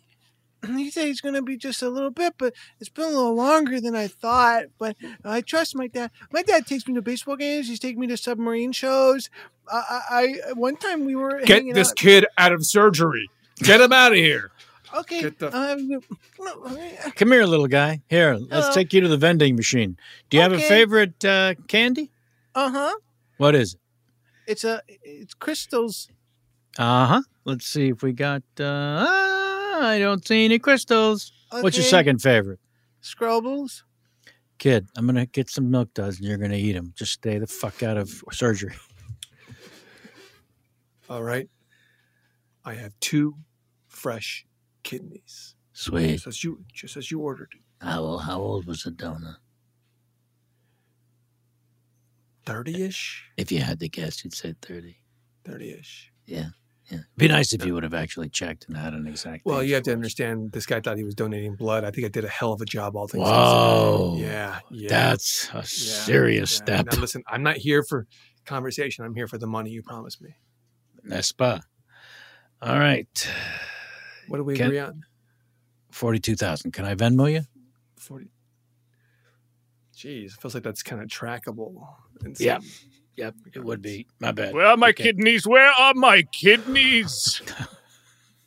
S7: *clears throat* He said he's going to be just a little bit, but it's been a little longer than I thought. But I trust my dad. My dad takes me to baseball games. He's taking me to submarine shows. I, I, I one time we were
S4: Get
S7: hanging
S4: this
S7: out-
S4: kid out of surgery. Get him out of here.
S7: Okay.
S4: Get the-
S7: um, no,
S2: Come here, little guy. Here, let's
S7: Hello.
S2: take you to the vending machine. Do you have
S7: Okay.
S2: a favorite uh, candy?
S7: uh huh.
S2: What is it?
S7: It's a it's crystals.
S2: Uh huh. Let's see if we got. Uh, ah, I don't see any crystals. What's your
S7: Okay.
S2: second favorite?
S7: Scrubbles.
S2: Kid, I'm going to get some milk duds and you're going to eat them. Just stay the fuck out of surgery.
S4: All right. I have two fresh kidneys.
S2: Sweet.
S4: Just as you just as you ordered.
S2: How,
S1: Oh,
S2: how old was the donor?
S4: 30-ish?
S2: If you had to guess, you'd say 30.
S4: 30-ish.
S2: Yeah. Yeah. Be nice if you would have actually checked and had an exact.
S4: Well, you have to understand this guy thought he was donating blood. I think I did a hell of a job all things
S2: Whoa.
S4: considered. Yeah, yeah.
S2: That's a
S4: Yeah,
S2: serious
S4: yeah.
S2: step.
S4: Now listen, I'm not here for conversation. I'm here for the money you promised me.
S2: N'est pas? All right.
S4: What do we
S2: Can-
S4: agree on?
S2: 42,000. Can I Venmo you?
S4: 40. Jeez, it feels like that's kind of trackable. in
S2: Yeah.
S4: some- Oh
S2: Yep. It would be. My bad.
S15: Where are my
S2: Okay.
S15: kidneys? Where are my kidneys?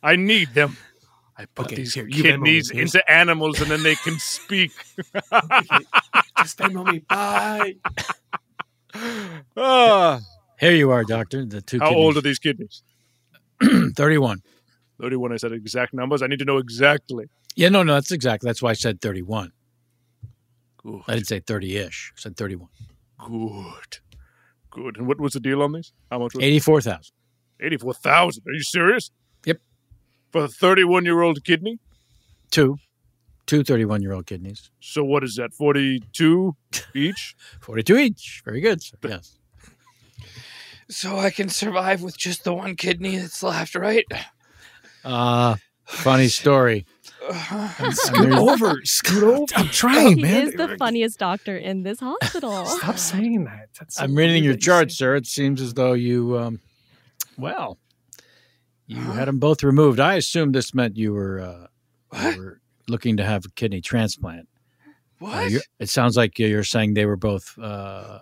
S15: I need them. I put
S4: Okay,
S15: these
S4: here, you Venmo me.
S15: kidneys
S4: Here's-
S15: into animals and then they can speak.
S4: *laughs* Just Venmo me. Bye.
S15: *laughs* Ah,
S2: Here you are, doctor. The two
S15: how old are these kidneys?
S2: *clears throat* kidneys. 31.
S15: 31. I said exact numbers. I need to know exactly.
S2: Yeah, no, no, that's exactly. That's why I said 31. I didn't say 30 ish. I said 31.
S15: Good. Good. And what was the deal on these? How much was it?
S2: 84,000.
S15: 84,000. Are you serious?
S2: Yep.
S15: For a 31 year old kidney?
S2: Two. Two 31 year old kidneys.
S15: So what is that? 42 each?
S2: *laughs* 42 each. Very good. Sir. Yes.
S11: So I can survive with just the one kidney that's left, right?
S2: Uh, funny story.
S11: Uh-huh.
S2: Scoot
S4: over. Scoot over. I'm
S10: he is the funniest doctor in this hospital.
S4: Stop saying that. That's so
S2: I'm reading
S4: weird
S2: your
S4: that you
S2: chart,
S4: say-
S2: sir. It seems as though you, um, well, you had them both removed. I assumed this meant you were, uh, you were looking to have a kidney transplant. Uh,
S11: What?
S2: you- it sounds like you're saying they were both, uh,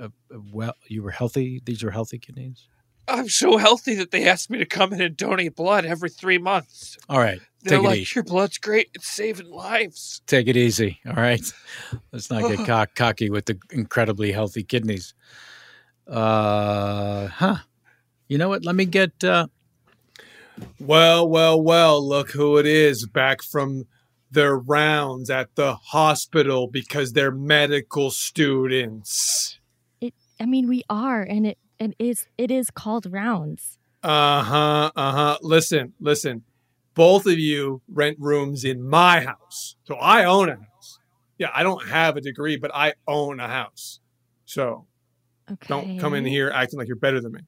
S2: uh, well, you were healthy. These were healthy kidneys.
S11: I'm so healthy that they asked me to come in and donate blood every three months.
S2: All right.
S11: They're
S2: take
S11: like,
S2: it easy.
S11: your blood's great. It's saving lives.
S2: Take it easy. All right. *laughs* Let's not get cock- cocky with the incredibly healthy kidneys. Uh, huh. You know what? Let me get, uh,
S4: Well, well, well, look who it is back from their rounds at the hospital because they're medical students.
S10: It, I mean, we are, and it and is it is called rounds.
S4: Uh huh, uh huh. Listen, listen. Both of you rent rooms in my house. So I own a house. Yeah, I don't have a degree, but I own a house. So don't come in
S10: Okay.
S4: here acting like you're better than me.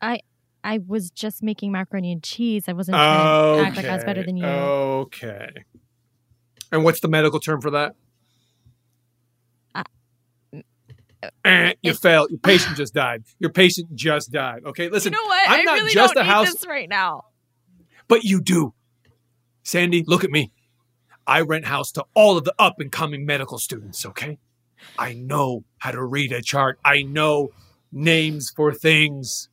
S10: I I was just making macaroni and cheese. I wasn't trying
S4: Oh,
S10: to act like I was better than you.
S4: Okay. And what's the medical term for that?
S10: I-
S4: Eh, you failed. Your patient just died. Your patient just died. Okay, listen.
S10: you know what?
S4: I'm
S10: I
S4: not
S10: really
S4: just
S10: don't
S4: a
S10: need
S4: house,
S10: this right now.
S4: but you do. Sandy, look at me. I rent house to all of the up and coming medical students, okay? I know how to read a chart. I know names
S10: *laughs*
S4: for things.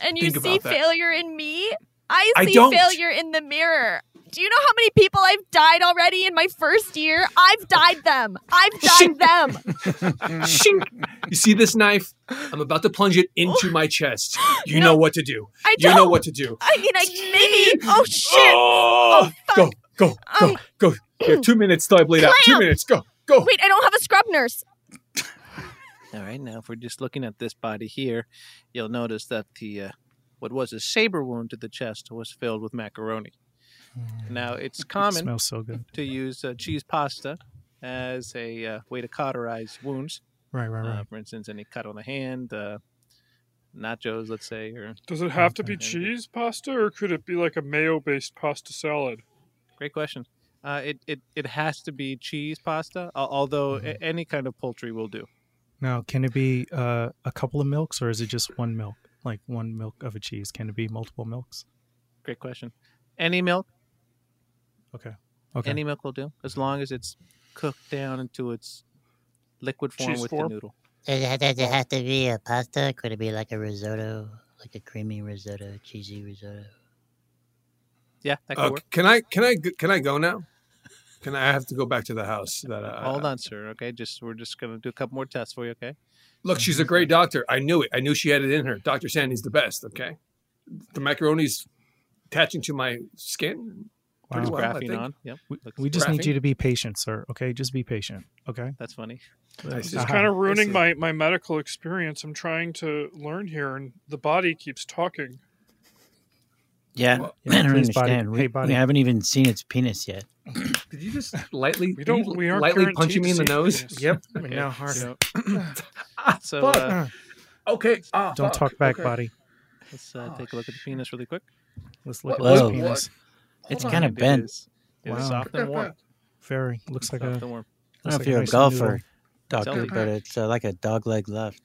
S10: And you
S4: Think about
S10: see
S4: that.
S10: failure in me. I
S4: I
S10: see
S4: don't.
S10: failure in the mirror. Do you know how many people I've died already in my first year? I've died them.
S4: *laughs*
S10: I've died them.
S4: Shink. You see this knife? I'm about to plunge it into my chest. You know what to do.
S10: I
S4: you know
S10: don't.
S4: what to do. *laughs*
S10: I mean, I maybe. Oh shit!
S4: Oh, go, go, go, go. You have two minutes till I bleed out. Two
S10: Clam!
S4: minutes. Go. Go.
S10: Wait, I don't have a scrub nurse.
S26: All right, now if we're just looking at this body here, you'll notice that the uh, what was a saber wound to the chest was filled with macaroni.
S6: *laughs*
S26: Now it's common
S6: Hmm. smells so good.
S26: to use uh, cheese pasta as a uh, way to cauterize wounds.
S6: Right, right,
S26: Uh,
S6: right.
S26: for instance, any cut on the hand, uh, nachos, let's say, or
S5: Does it have to be cheese pasta, or could it be like a mayo-based pasta salad?
S26: Great question. Uh, it, it it has to be cheese pasta, al- although
S15: Mm-hmm.
S26: a- any kind of poultry will do.
S6: Now, can it be uh, a couple of milks or is it just one milk? Like one milk of a cheese? Can it be multiple milks?
S26: Great question. Any milk,
S6: Okay. Okay.
S26: any milk will do, as long as it's cooked down into its liquid form
S1: Cheese
S26: with
S1: form?
S26: the noodle.
S1: Does it, does it have to be a pasta? Could it be like a risotto, like a creamy risotto, cheesy risotto?
S26: Yeah, that could
S4: Uh,
S26: work.
S4: can I? Can I? g- Can I go now? Can I, I have to go back to the house? That uh,
S26: Hold on, sir. Okay, just we're just gonna do a couple more tests for you. Okay. Mm-hmm.
S4: Look, she's a great doctor. I knew it. I knew she had it in her. Doctor Sandy's the best. Okay, the macaroni's attaching to my skin. Pretty well, I think.
S6: We, we just need
S4: Graphene?
S6: you to be patient, sir. Okay, just be patient. Okay.
S26: That's funny.
S5: This is
S6: Uh-huh.
S5: kind of ruining my, my medical experience. I'm trying to learn here, and the body keeps talking.
S2: Yeah, *clears throat* I
S6: please, buddy.
S2: don't understand. We,
S6: Hey, buddy.
S2: we haven't even seen its penis yet.
S4: Did you just lightly?
S5: We
S4: did
S5: don't-
S4: you
S5: we aren't
S4: lightly
S5: guaranteed
S4: punching me in
S5: to
S4: the
S5: see
S4: nose.
S5: *laughs* penis.
S4: Yep.
S5: I mean, now hard. *laughs*
S26: So, uh,
S4: Ah,
S26: so,
S4: fuck.
S26: uh,
S4: okay. ah,
S6: Don't
S4: fuck.
S6: talk back,
S4: Okay.
S6: buddy.
S26: let's uh, take a look at the penis really quick.
S6: Let's look
S2: Whoa.
S6: at
S2: Whoa.
S6: this penis.
S2: What? It's Hold kinda on. bent.
S26: It is, it is soft
S6: *laughs*
S26: and warm.
S6: Very. Looks like a.
S26: and warm.
S6: looks
S2: I don't know
S6: like
S2: if you're a
S6: nice
S2: golfer,
S6: noodle.
S2: doctor,
S26: Sounds
S2: but
S26: good.
S2: it's uh, like a dog leg left.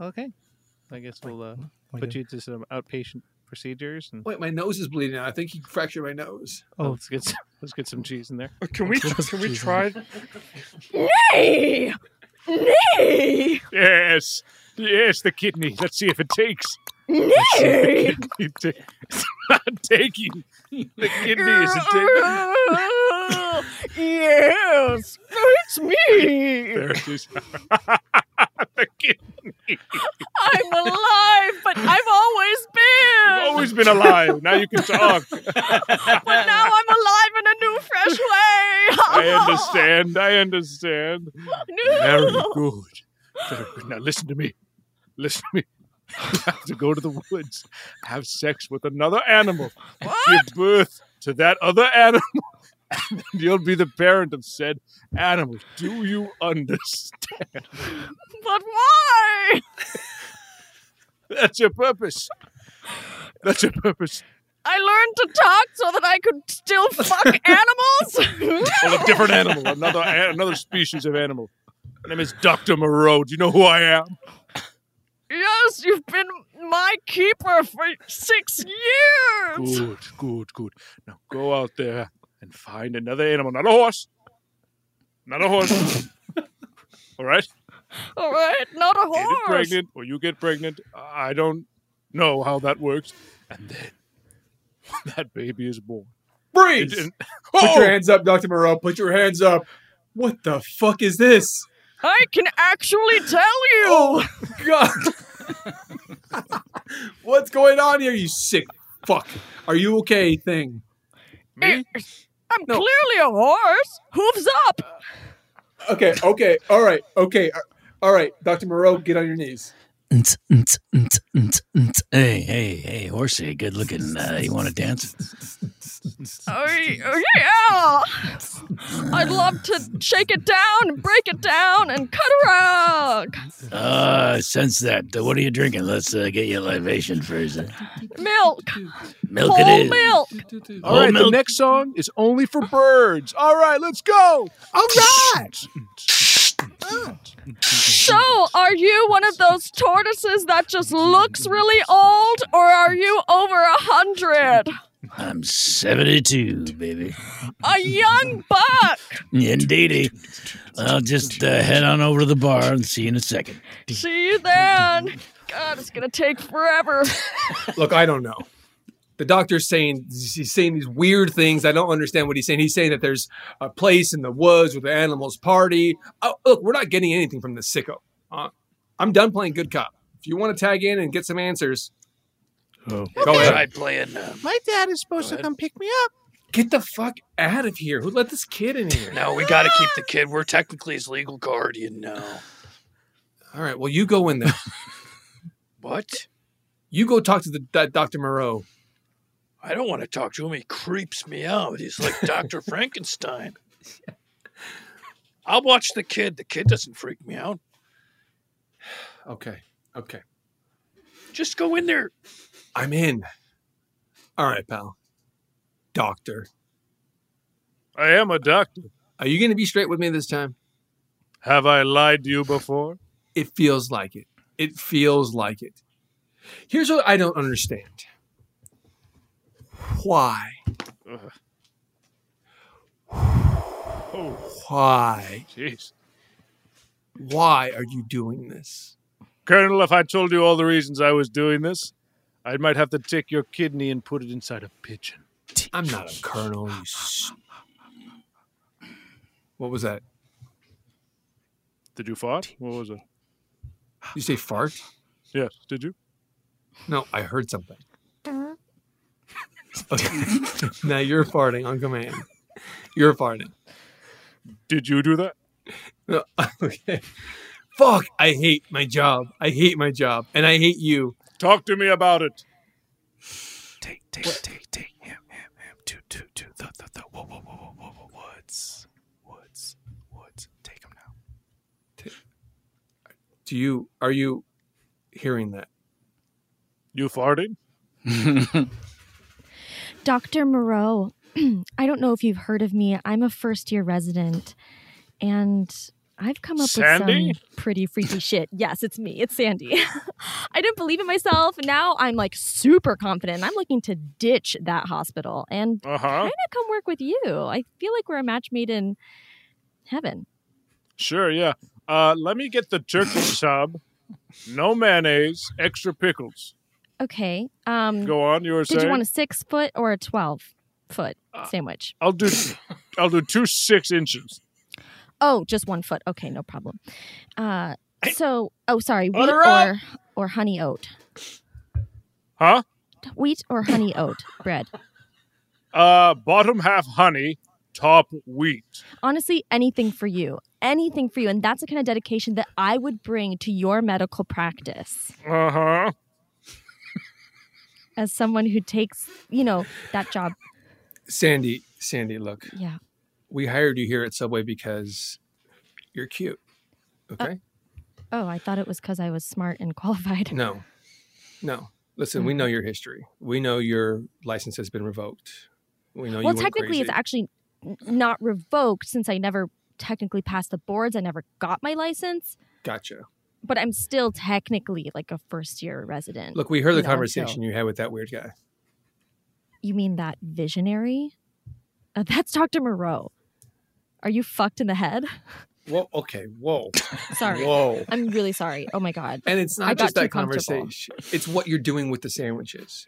S26: Okay. I guess we'll uh,
S4: wait
S26: put
S4: a-
S26: you to some outpatient procedures and
S4: Wait, my nose is bleeding out. I think he fractured my nose. Oh.
S26: oh. let's get some, let's get some cheese in there.
S4: *laughs*
S5: Can we can we try?
S10: Nay! Nay!
S15: Yes. Yes, the kidney. Let's see if it takes. Let's see
S10: Nay!
S15: if the kidney ta- *laughs* It's not taking. The kidney isn't taking.
S4: Oh,
S10: *laughs* yes, it's me.
S15: There it is.
S10: I'm alive, but I've always been.
S15: Always been alive. Now you can talk.
S10: but now I'm alive in a new, fresh way.
S15: I understand. I understand.
S10: No.
S15: Very good. Very good. Now listen to me. Listen to me. You have to go to the woods, have sex with another animal, give birth to that other animal, and you'll be the parent of said animal. Do you understand?
S10: But why?
S15: That's your purpose. That's your purpose.
S10: I learned to talk so that I could still
S4: *laughs*
S10: fuck animals. *laughs*
S15: Well, a different animal, another another species of animal. My name is Doctor Moreau. Do you know who I am?
S10: yes, you've been my keeper for six years.
S15: Good, good, good. Now go out there and find another animal, not a horse, not a horse.
S4: *laughs*
S15: All right,
S10: All right, not a
S15: get it
S10: horse.
S15: pregnant, or you get pregnant. I don't know how that works. And then when *laughs* that baby is born,
S4: Breeze!
S15: it- and-
S4: Put your
S15: Oh!
S4: hands up, Dr. Moreau. Put your hands up. What the fuck is this?
S10: I can actually tell you. *laughs*
S4: God. *laughs* What's going on here, you sick fuck? Are you okay, thing?
S10: Me? I'm clearly a horse. Hooves up.
S15: *laughs*
S4: Okay, okay, all right, okay, uh, all right, Dr. Moreau, get on your knees.
S2: Nt, nt, nt, nt, nt. Hey, hey, hey, horsey, good looking. Uh, you want to dance?
S10: Oh, y- oh, yeah. I'd love to shake it down and break it down and cut around.
S2: Uh, I sense that. Uh, What are you drinking? Let's uh, get you a libation first. Uh,
S10: Milk.
S2: Milk
S10: Whole
S2: it is.
S10: milk.
S15: All right, the next song is only for birds. All right, let's go.
S4: Ah.
S15: All
S1: Oh,
S3: *laughs*
S15: right.
S10: So, are you one of those tortoises that just looks really old, or are you over a hundred?
S2: *sighs* I'm 72, baby.
S10: A young buck.
S2: Indeedy. I'll just uh, head on over to the bar and see you in a second.
S10: See you then. God, it's gonna take forever. *laughs*
S4: Look, I don't know. The doctor's saying he's saying these weird things. I don't understand what he's saying. He's saying that there's a place in the woods where the animals party. Oh, look, we're not getting anything from this sicko. Uh, I'm done playing good cop. If you want to tag in and get some answers,
S2: oh.
S4: go ahead.
S11: playing.
S7: uh, My dad is supposed to come pick me up.
S4: Get the fuck out of here. Who let this kid in here?
S11: *laughs* No, we got to keep the kid. We're technically his legal guardian now.
S4: All right. Well, you go in there.
S11: What?
S4: You go talk to the that Dr. Moreau.
S11: I don't want to talk to him. He creeps me out. He's like
S4: *laughs*
S11: Dr. Frankenstein. I'll watch the kid. The kid doesn't freak me out.
S4: Okay. Okay.
S11: Just go in there.
S4: I'm in. All right, pal. Doctor.
S15: I am a doctor.
S4: Are you going to be straight with me this time?
S15: Have I lied to you before?
S4: It feels like it. It feels like it. Here's what I don't understand. Why?
S15: Ugh.
S4: Why?
S15: Jeez.
S4: Why are you doing this?
S15: Colonel, if I told you all the reasons I was doing this, I might have to take your kidney and put it inside a pigeon.
S4: I'm not a colonel. You s- what was that?
S15: Did you fart? What was it?
S4: You say fart?
S15: Yes. Did you?
S4: No, I heard something. Okay. *laughs* now you're farting on command. You're farting.
S15: Did you do that?
S4: No, *laughs* okay. Fuck, I hate my job. I hate my job. And I hate you.
S15: Talk to me about it.
S9: Take, take, take, take. Him, him, him. Two, two, two. The, the, the. Whoa, whoa, whoa, whoa, whoa, whoa. Woods, woods, woods. Take him now.
S4: Do you are you hearing that?
S15: You farted?
S3: Dr. Moreau, *clears throat* I don't know if you've heard of me. I'm a first year resident, and I've come up
S15: Sandy?
S3: with some pretty freaky shit. Yes, it's me. It's Sandy. *laughs* I didn't believe in myself. Now I'm like super confident. I'm looking to ditch that hospital and
S15: Uh
S3: kind
S15: huh.
S3: of come work with you. I feel like we're a match made in heaven.
S15: Sure, yeah. Uh, let me get
S4: *laughs*
S15: the turkey sub, no mayonnaise, extra pickles.
S3: Okay. Um,
S15: Go on, you were
S3: did
S15: saying.
S3: you want a six foot or a 12 foot
S15: Uh,
S3: sandwich?
S15: I'll do, I'll do two six inches.
S3: Oh, just one foot. Okay, no problem. Uh, so, oh, sorry, wheat
S15: Order up.
S3: or, or honey oat.
S15: Huh?
S3: Wheat or
S4: *laughs*
S3: honey oat bread.
S15: Uh, bottom half honey, top wheat.
S3: Honestly, anything for you. Anything for you. And that's the kind of dedication that I would bring to your medical practice
S15: Uh huh.
S3: as someone who takes, you know, that job.
S4: Sandy, Sandy, look.
S3: Yeah.
S4: We hired you here at Subway because you're cute. Okay?
S3: Uh, Oh, I thought it was because I was smart and *laughs* qualified.
S4: No. No. Listen, we know
S3: Mm-hmm.
S4: your history. We know your license has been revoked. We know you
S3: well,
S4: went
S3: technically,
S4: crazy.
S3: it's actually n- not revoked since I never technically passed the boards. I never got my license.
S4: Gotcha.
S3: but I'm still technically like a first year resident.
S4: Look, we heard the
S3: you know,
S4: conversation
S3: until-
S4: you had with that weird guy.
S3: you mean that visionary? Uh, that's Dr. Moreau. Are you fucked in the head? *laughs*
S4: Whoa, okay, whoa.
S3: Sorry.
S4: Whoa.
S3: I'm really sorry. Oh my God.
S4: And it's
S3: I
S4: not
S3: got
S4: just
S3: too
S4: that
S3: comfortable.
S4: conversation. It's what you're doing with the sandwiches.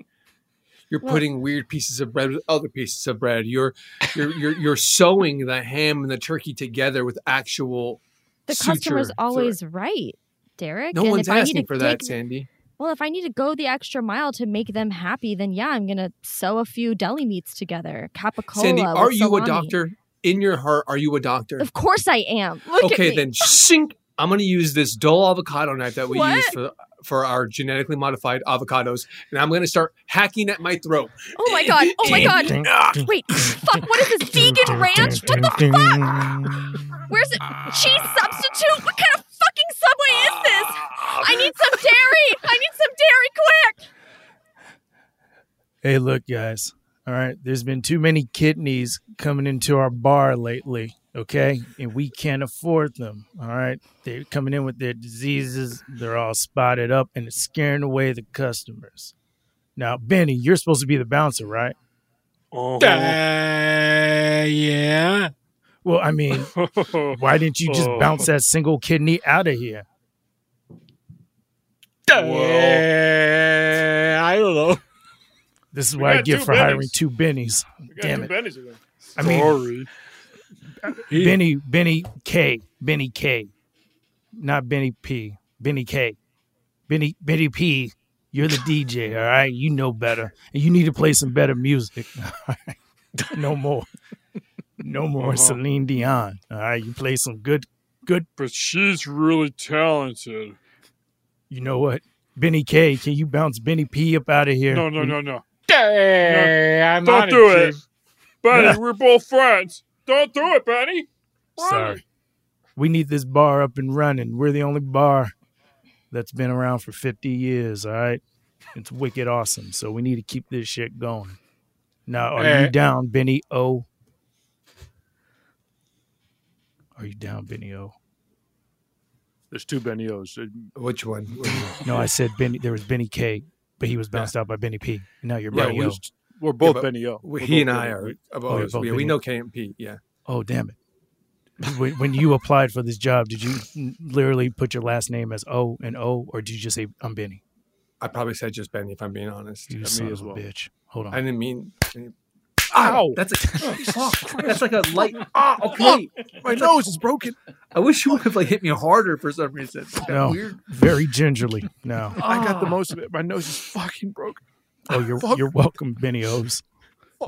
S4: You're
S3: Well-
S4: putting weird pieces of bread with other pieces of bread. You're you're you're, you're sewing the ham and the turkey together with actual
S3: The
S4: suture
S3: customer's
S4: through it.
S3: always right, Derek.
S4: No
S3: and
S4: one's
S3: if I need
S4: asking
S3: to
S4: for that,
S3: take-
S4: Sandy.
S3: Well, if I need to go the extra mile to make them happy, then yeah, I'm going to sew a few deli meats together. Capicola.
S4: Sandy,
S3: with
S4: are you a
S3: salami.
S4: doctor? In your heart, are you a doctor?
S3: Of course I am. Look at
S4: okay,
S3: me.
S4: then shink. I'm going to use this dull avocado knife that we
S3: What?
S4: use for for our genetically modified avocados, and I'm going to start hacking at my throat.
S3: Oh my God. Oh my
S4: Ah.
S3: God. Wait, fuck. What is this? Vegan ranch? What the Where's it? Cheese substitute? What kind of fucking subway is this? I need some dairy. I need some dairy quick.
S6: Hey, look, guys. All right. There's been too many kidneys coming into our bar lately. Okay. And we can't afford them. All right. They're coming in with their diseases. They're all spotted up and it's scaring away the customers. Now, Benny, you're supposed to be the bouncer, right?
S11: Oh.
S6: yeah. Well, I mean, why didn't you just
S11: Oh.
S6: bounce that single kidney out of here?
S2: Eh, I don't know.
S6: *laughs* This is
S2: We
S6: what I
S2: got
S6: get
S2: two
S6: for hiring
S2: Bennies.
S6: two Bennies.
S2: got
S6: Damn
S2: two
S6: it.
S2: Bennies again.
S6: I mean,
S2: Sorry.
S6: *laughs* Benny, Benny K, Benny K, not Benny P, Benny K, Benny, Benny P. You're the DJ, *laughs* all right. You know better, and you need to play some better music. all right? no more. No more
S5: Uh-huh.
S6: Celine Dion. All right, you play some good, good.
S5: But she's really talented.
S6: You know what, Benny K? Can you bounce Benny P up out of here?
S5: No, no, no, no.
S2: Hey, I'm
S5: Don't
S6: on it,
S5: do it.
S6: Chief.
S5: Benny, *laughs*
S6: Yeah.
S5: we're both friends. Don't do it, Benny.
S6: Sorry. We need this bar up and running. We're the only bar that's been around for 50 years, all right? It's wicked awesome. So we need to keep this shit going. Now, Uh, are
S15: Eh.
S2: Hey.
S6: you down, Benny Oh. O? Are you down, Benny O?
S15: There's two Benny O's. Uh, Which one? *laughs*
S6: No, I said Benny. There was Benny K, but he was bounced out by Benny P. And now you're
S15: Yeah,
S6: Benny
S15: we
S6: O.
S15: just- we're both
S4: but
S15: Benny O.
S4: we-
S15: We're
S4: he
S15: both
S4: and I
S15: Benny O.
S4: are. Of
S6: Oh,
S4: ours.
S6: you're both
S4: yeah, we
S6: Benny
S4: know
S6: O.
S4: KMP. Yeah.
S6: Oh, damn it. when, when you applied for this job, did you literally put your last name as O and O, or did you just say, I'm Benny?
S4: I probably said just Benny if I'm being honest.
S6: You
S4: I mean,
S6: son
S4: as
S6: of a
S4: well.
S6: bitch. Hold on.
S4: I didn't mean. Ow!
S15: *laughs*
S6: *laughs*
S4: That's a, *laughs* oh, that's like a light. Ah, okay. My nose is broken. *laughs* I wish you would have like hit me harder for some reason.
S6: No,
S4: Weird. Ah.
S6: very gingerly.
S7: *laughs*
S6: No.
S15: *laughs* I got the most of it. My nose is fucking *laughs* broken.
S6: Oh, you're
S15: Fuck.
S6: you're welcome, Benny O's.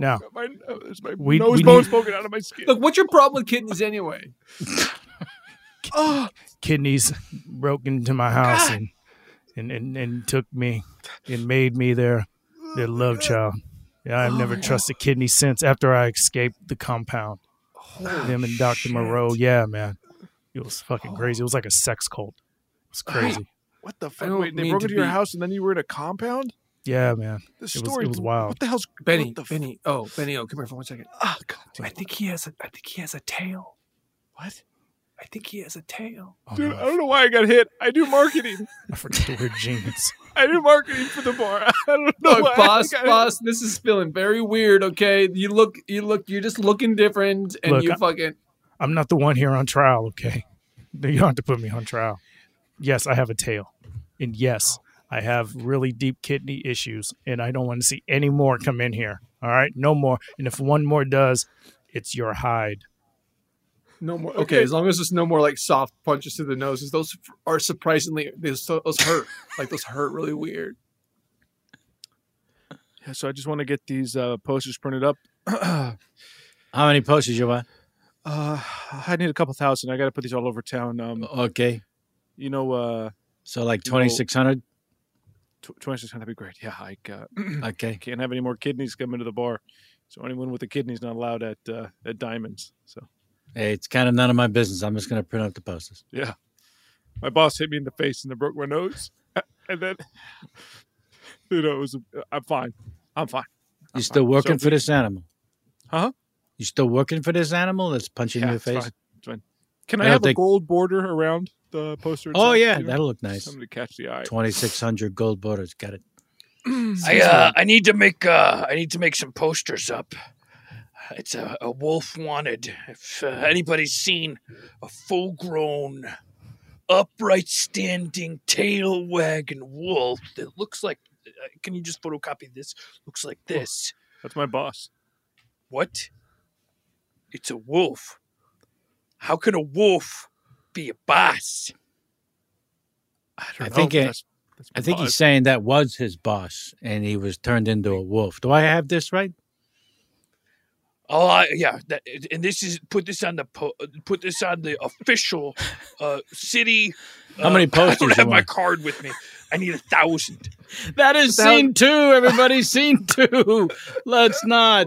S6: Now,
S15: My nose, my
S6: We-
S15: nose
S6: we
S15: bones
S6: need-
S15: broken out of my skin.
S4: Look, what's your problem with kidneys anyway?
S6: *laughs*
S15: oh,
S6: kidneys *laughs* broke into my house and, and and and took me and made me their their
S15: Oh,
S6: love child. Yeah, I've never trusted kidney since after I escaped the compound. Them and Dr. Moreau, yeah, man. It was fucking crazy. It was like a sex cult. It was crazy.
S15: what the fuck?
S4: don't
S15: Wait, they
S4: mean
S15: broke
S4: to
S15: into your
S4: be-
S15: house and then you were in a compound?
S6: Yeah, man. it
S15: The
S6: was
S15: story-
S6: it was wild.
S15: What the hell's
S4: *laughs* Benny,
S15: what the f-
S4: Benny. Oh, Benny. Oh, come here for one second. Ah, God, I think he has. A, I think he has a tail. What? I think he has a tail.
S15: Dude, I don't know why I got hit. I do marketing.
S6: I forgot to wear
S15: *laughs*
S6: jeans.
S15: I do marketing for the bar. *laughs* I don't know.
S4: Look,
S15: why.
S4: boss,
S15: I got hit.
S4: boss, this is feeling very weird. Okay, you look, you look, you're just looking different, and
S6: Look,
S4: you
S6: I-
S4: fucking.
S6: I'm not the one here on trial, okay? *laughs* You don't have to put me on trial. Yes, I have a tail. And yes, I have really deep kidney issues, and I don't want to see any more come in here. All right? No more. And if one more does, it's your hide.
S4: No more. Okay, as long as there's no more like soft punches to the noses, those are surprisingly those, those
S6: *laughs*
S4: hurt. like those hurt really weird.
S15: Yeah, so I just want to get these uh, posters printed up.
S2: How many posters you want?
S15: Uh, I need a couple thousand. I got to put these all over town.
S9: Uh,
S15: Um,
S2: Okay.
S15: you know, uh,
S2: So like
S15: You know-
S2: 2,600?
S15: tw- twenty-six hundred would be great. Yeah, I *clears throat* got.
S2: Okay.
S15: Can't have any more kidneys come into the bar. So anyone with a kidney's not allowed at uh, at Diamonds. So
S2: Hey, Eh, it's kind of none of my business. I'm just going to print out the posters.
S15: yeah, my boss hit me in the face and then broke my nose, *laughs* and then you know it was. uh, I'm fine. I'm fine.
S2: You still working
S15: So-
S2: for this animal? Uh-huh.
S15: Huh?
S2: You still working for this animal that's punching
S15: Yeah,
S2: your
S15: it's
S2: face?
S15: fine. It's fine. Can
S2: I
S15: I,
S2: don't
S15: have a
S2: think-
S15: gold border around the poster?
S2: Oh,
S15: itself,
S2: yeah,
S15: you know?
S2: that'll look nice.
S15: Somebody catch the eye.
S2: 2,600 gold borders. Got it.
S15: Mm.
S11: I uh, I need to make uh, I need to make some posters up. It's a, a wolf wanted. If uh, anybody's seen a full grown, upright standing tail wagging wolf that looks like, uh, can you just photocopy this? Looks like this.
S15: That's my boss.
S11: What? It's a wolf. How can a wolf be a boss?
S2: I think it, I think he's saying that was his boss and he was turned into a wolf. Do I have this right?
S11: Oh I, yeah, that, and this is put this on the po- put this on the official uh, city.
S2: How
S11: uh,
S2: many
S11: I don't
S2: posters
S11: have
S2: you
S11: my
S2: want?
S11: card with me. I need a thousand.
S2: That is
S11: That-
S2: scene two, *laughs* everybody. scene two. Let's not.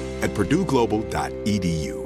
S16: at purdueglobal.edu.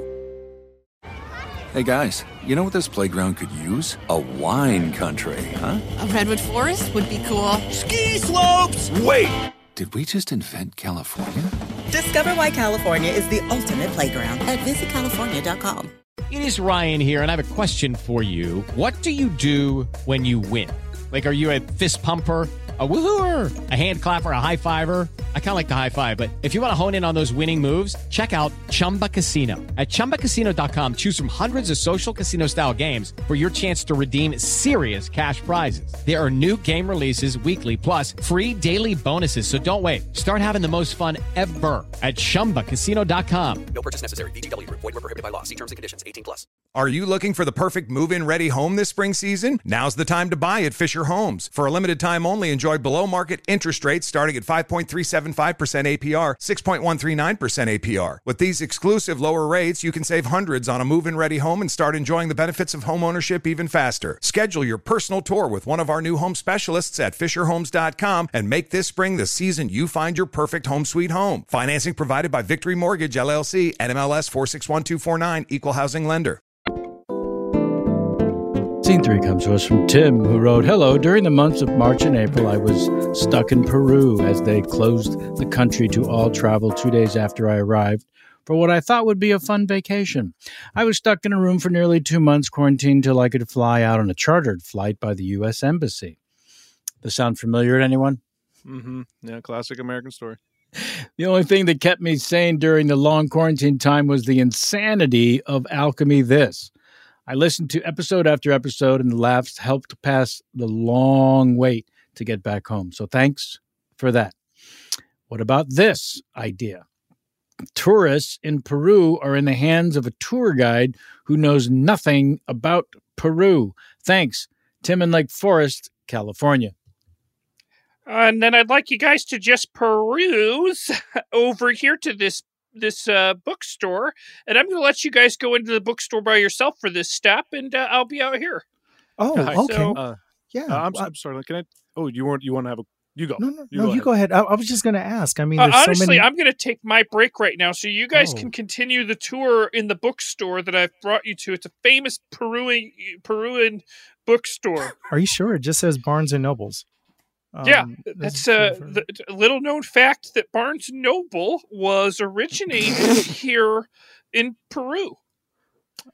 S17: Hey guys, you know what this playground could use? A wine country, huh?
S27: A redwood forest would be cool.
S28: Ski slopes!
S17: Wait! Did we just invent California?
S20: Discover why California is the ultimate playground at visitcalifornia.com.
S19: It is Ryan here, and I have a question for you. What do you do when you win? Like, are you a fist pumper? a woohooer, a hand clapper, a high fiver. I kind of like the high five, but if you want to hone in on those winning moves, check out Chumba Casino. At ChumbaCasino.com, choose from hundreds of social casino style games for your chance to redeem serious cash prizes. There are new game releases weekly, plus free daily bonuses. So don't wait. Start having the most fun ever at ChumbaCasino.com.
S29: No purchase necessary. BGW. Void were prohibited by law. See terms and conditions. 18 plus.
S24: Are you looking for the perfect move-in ready home this spring season? Now's the time to buy at Fisher Homes. For a limited time only, enjoy below market interest rates starting at 5.375% APR, 6.139% APR. With these exclusive lower rates, you can save hundreds on a move-in ready home and start enjoying the benefits of homeownership even faster. Schedule your personal tour with one of our new home specialists at fisherhomes.com and make this spring the season you find your perfect home sweet home. Financing provided by Victory Mortgage LLC, NMLS 461249, Equal Housing Lender.
S2: Scene three comes to us from Tim, who wrote, Hello, during the months of March and April, I was stuck in Peru as they closed the country to all travel two days after I arrived for what I thought would be a fun vacation. I was stuck in a room for nearly two months, quarantined till I could fly out on a chartered flight by the U.S. Embassy. Does sound familiar to anyone?
S30: Mm-hmm. Yeah, classic American story.
S2: The only thing that kept me sane during the long quarantine time was the insanity of Alchemy This. I listened to episode after episode, and the laughs helped pass the long wait to get back home. So thanks for that. What about this idea? Tourists in Peru are in the hands of a tour guide who knows nothing about Peru. Thanks, Tim in Lake Forest, California.
S5: and then I'd like you guys to just peruse *laughs* over here to this this uh, bookstore, and I'm going to let you guys go into the bookstore by yourself for this step, and uh, I'll be out here.
S15: *laughs*
S9: Oh,
S5: Uh,
S9: okay.
S5: so-
S9: Uh, yeah.
S5: Uh,
S9: I'm,
S5: I'm
S9: sorry. Can I? Oh, you want you want to have a you go. No, no,
S5: You
S9: no.
S5: go
S9: you go ahead. I, I was just going to ask. I mean,
S5: Uh,
S9: there's
S5: honestly,
S9: so many.
S5: I'm going to take my break right now, so you guys
S9: Oh.
S5: can continue the tour in the bookstore that I've brought you to. It's a famous Peruvian Peruvian bookstore.
S9: Are you sure? It just says Barnes and Nobles.
S5: yeah,
S9: Um,
S5: that's a the, a little known fact that Barnes Noble was originated
S9: *laughs*
S5: here in Peru. Hmm.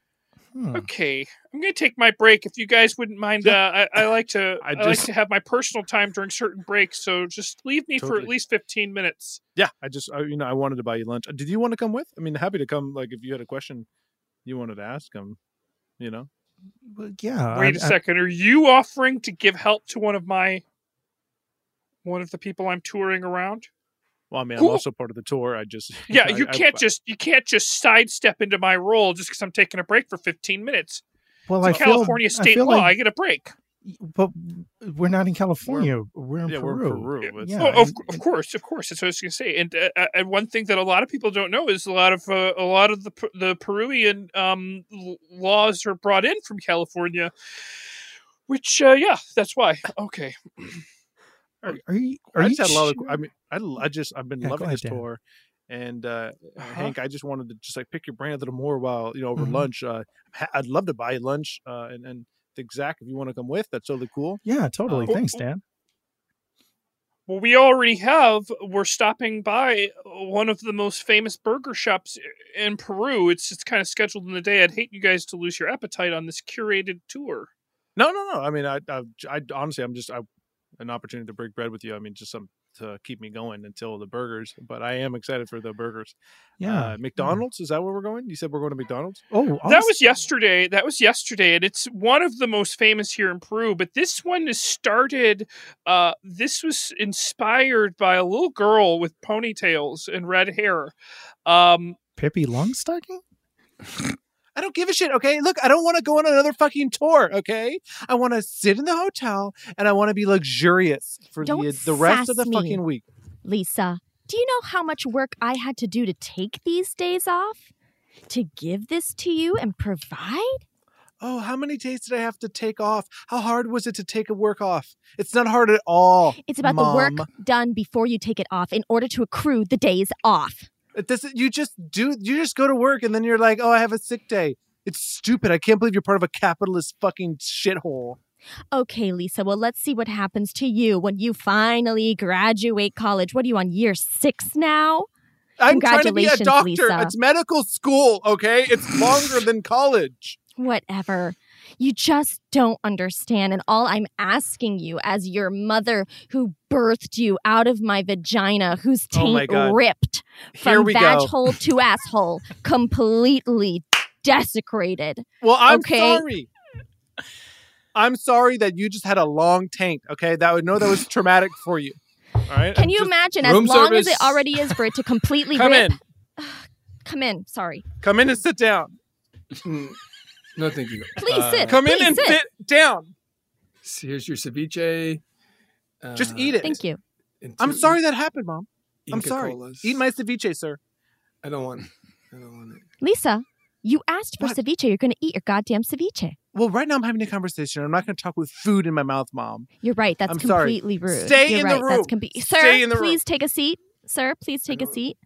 S9: Hmm.
S5: Okay, I'm going to take my break. If you guys wouldn't mind, uh, I, I like
S9: *laughs*
S5: to I, like
S9: just-
S5: to have my personal time during certain breaks. So just leave me for at
S9: Totally.
S5: least 15 minutes.
S9: Yeah, I just I, you know I wanted to buy you lunch. Did you want to come with? I mean, happy to come. Like if you had a question you wanted to ask him, you know.
S5: Wait
S9: yeah, Um, I-
S5: a
S9: I-
S5: second. Are you offering to give help to one of my one of the people I'm touring around?
S9: Well, I mean,
S5: Cool.
S9: I'm also part of the tour. I just *laughs*
S5: Yeah,
S9: I-
S5: you
S9: I-
S5: can't just you can't just sidestep into my role just because I'm taking a break for 15 minutes.
S9: Well,
S5: It's
S9: I
S5: a
S9: feel-
S5: California
S9: I
S5: state
S9: feel
S5: law.
S9: like-
S5: I get a break.
S9: But we're not in California. We're, in
S5: yeah,
S9: Peru.
S5: we're in
S9: Yeah,
S5: Yeah, Oh, of, of course, of course. That's what I was going to say. And uh, uh, and one thing that a lot of people don't know is a lot of uh, a lot of the P- the Peruvian um, l- laws are brought in from California, which uh, yeah, that's why. Okay. *clears throat*
S9: Are, are you?
S5: are
S9: I
S5: you
S9: just had a lot of.
S5: sure?
S9: I mean, I, l- I just I've been
S5: Yeah, go
S9: loving
S5: ahead,
S9: this
S5: Dan.
S9: tour, and uh,
S5: Uh-huh.
S9: Hank, I just wanted to just like pick your brain a little more while you know over
S5: Mhm.
S9: lunch. Uh, ha- I'd love to buy you lunch, uh, and
S5: Uh, oh,
S9: and I think Zach, if you want to come with, that's totally cool.
S5: Yeah, totally. Thanks,
S9: Dan.
S5: Well, we already have. We're stopping by one of the most famous burger shops in Peru. It's it's kind of scheduled in the day. I'd hate you guys to lose your appetite on this curated tour.
S15: No, no, no. I mean, I, I, I honestly, I'm just I, an opportunity to break bread with you. I mean, just some to keep me going until the burgers. But I am excited for the burgers.
S6: Yeah.
S15: uh, McDonald's. Is that where we're going? You said we're going to McDonald's.
S6: Oh,
S5: That was yesterday. That was yesterday, and it's one of the most famous here in Peru. But this one is started. Uh, this was inspired by a little girl with ponytails and red hair. Um,
S6: Pippi Longstocking.
S7: I don't give a shit, okay? Look, I don't want to go on another fucking tour, okay? I want to sit in the hotel and I want to be luxurious for
S3: Don't
S7: the, the rest of the
S3: sass me.
S7: fucking week.
S3: Lisa, do you know how much work I had to do to take these days off? To give this to you and provide?
S7: Oh, how many days did I have to take off? How hard was it to take a work off? It's not hard at all.
S3: It's about the
S7: Mom.
S3: work done before you take it off in order to accrue the days off.
S7: It doesn't you just do you just go to work and then you're like, "Oh, I have a sick day." It's stupid. I can't believe you're part of a capitalist fucking shithole.
S3: Okay, Lisa, well, let's see what happens to you when you finally graduate college. What are you on year six now?
S4: I'm trying to be a
S3: Congratulations,
S4: doctor.
S3: Lisa.
S4: It's medical school, okay? It's longer than college.
S3: Whatever. You just don't understand. And all I'm asking you, as your mother who birthed you out of my vagina, whose
S7: Oh my
S3: taint
S7: God.
S3: ripped
S7: Here
S3: from
S7: we go.
S3: vag hole to asshole, completely desecrated.
S7: Well, I'm
S3: okay?
S7: sorry. I'm sorry that you just had a long taint, okay? That would know that was traumatic for you. All right?
S3: Can you
S7: Just-
S3: imagine, as
S7: room
S3: long as
S7: service.
S3: it already is for it to completely
S7: *laughs* Come
S3: rip?
S7: in.
S3: *sighs* Come in. Sorry.
S7: Come in and
S3: *laughs*
S7: sit down.
S4: No, thank you. Uh,
S3: Please sit.
S7: Come in
S3: Please
S7: and sit down.
S4: Here's your ceviche.
S7: Just eat it.
S3: Thank you.
S7: I'm
S4: Uh, into-
S7: sorry that happened, Mom. I'm
S4: Inca
S7: sorry.
S4: colas.
S7: Eat my ceviche, sir.
S4: I don't want.
S3: Lisa, you asked for ceviche. You're going to eat your goddamn ceviche.
S7: Well, right now I'm having a conversation. I'm not going to talk with food in my mouth, Mom.
S3: You're right. That's
S7: I'm sorry.
S3: completely rude.
S7: Stay
S3: You're
S7: in
S3: right.
S7: the room.
S3: That's com- Sir,
S7: Stay in the room.
S3: please take a seat. Sir, please take a seat.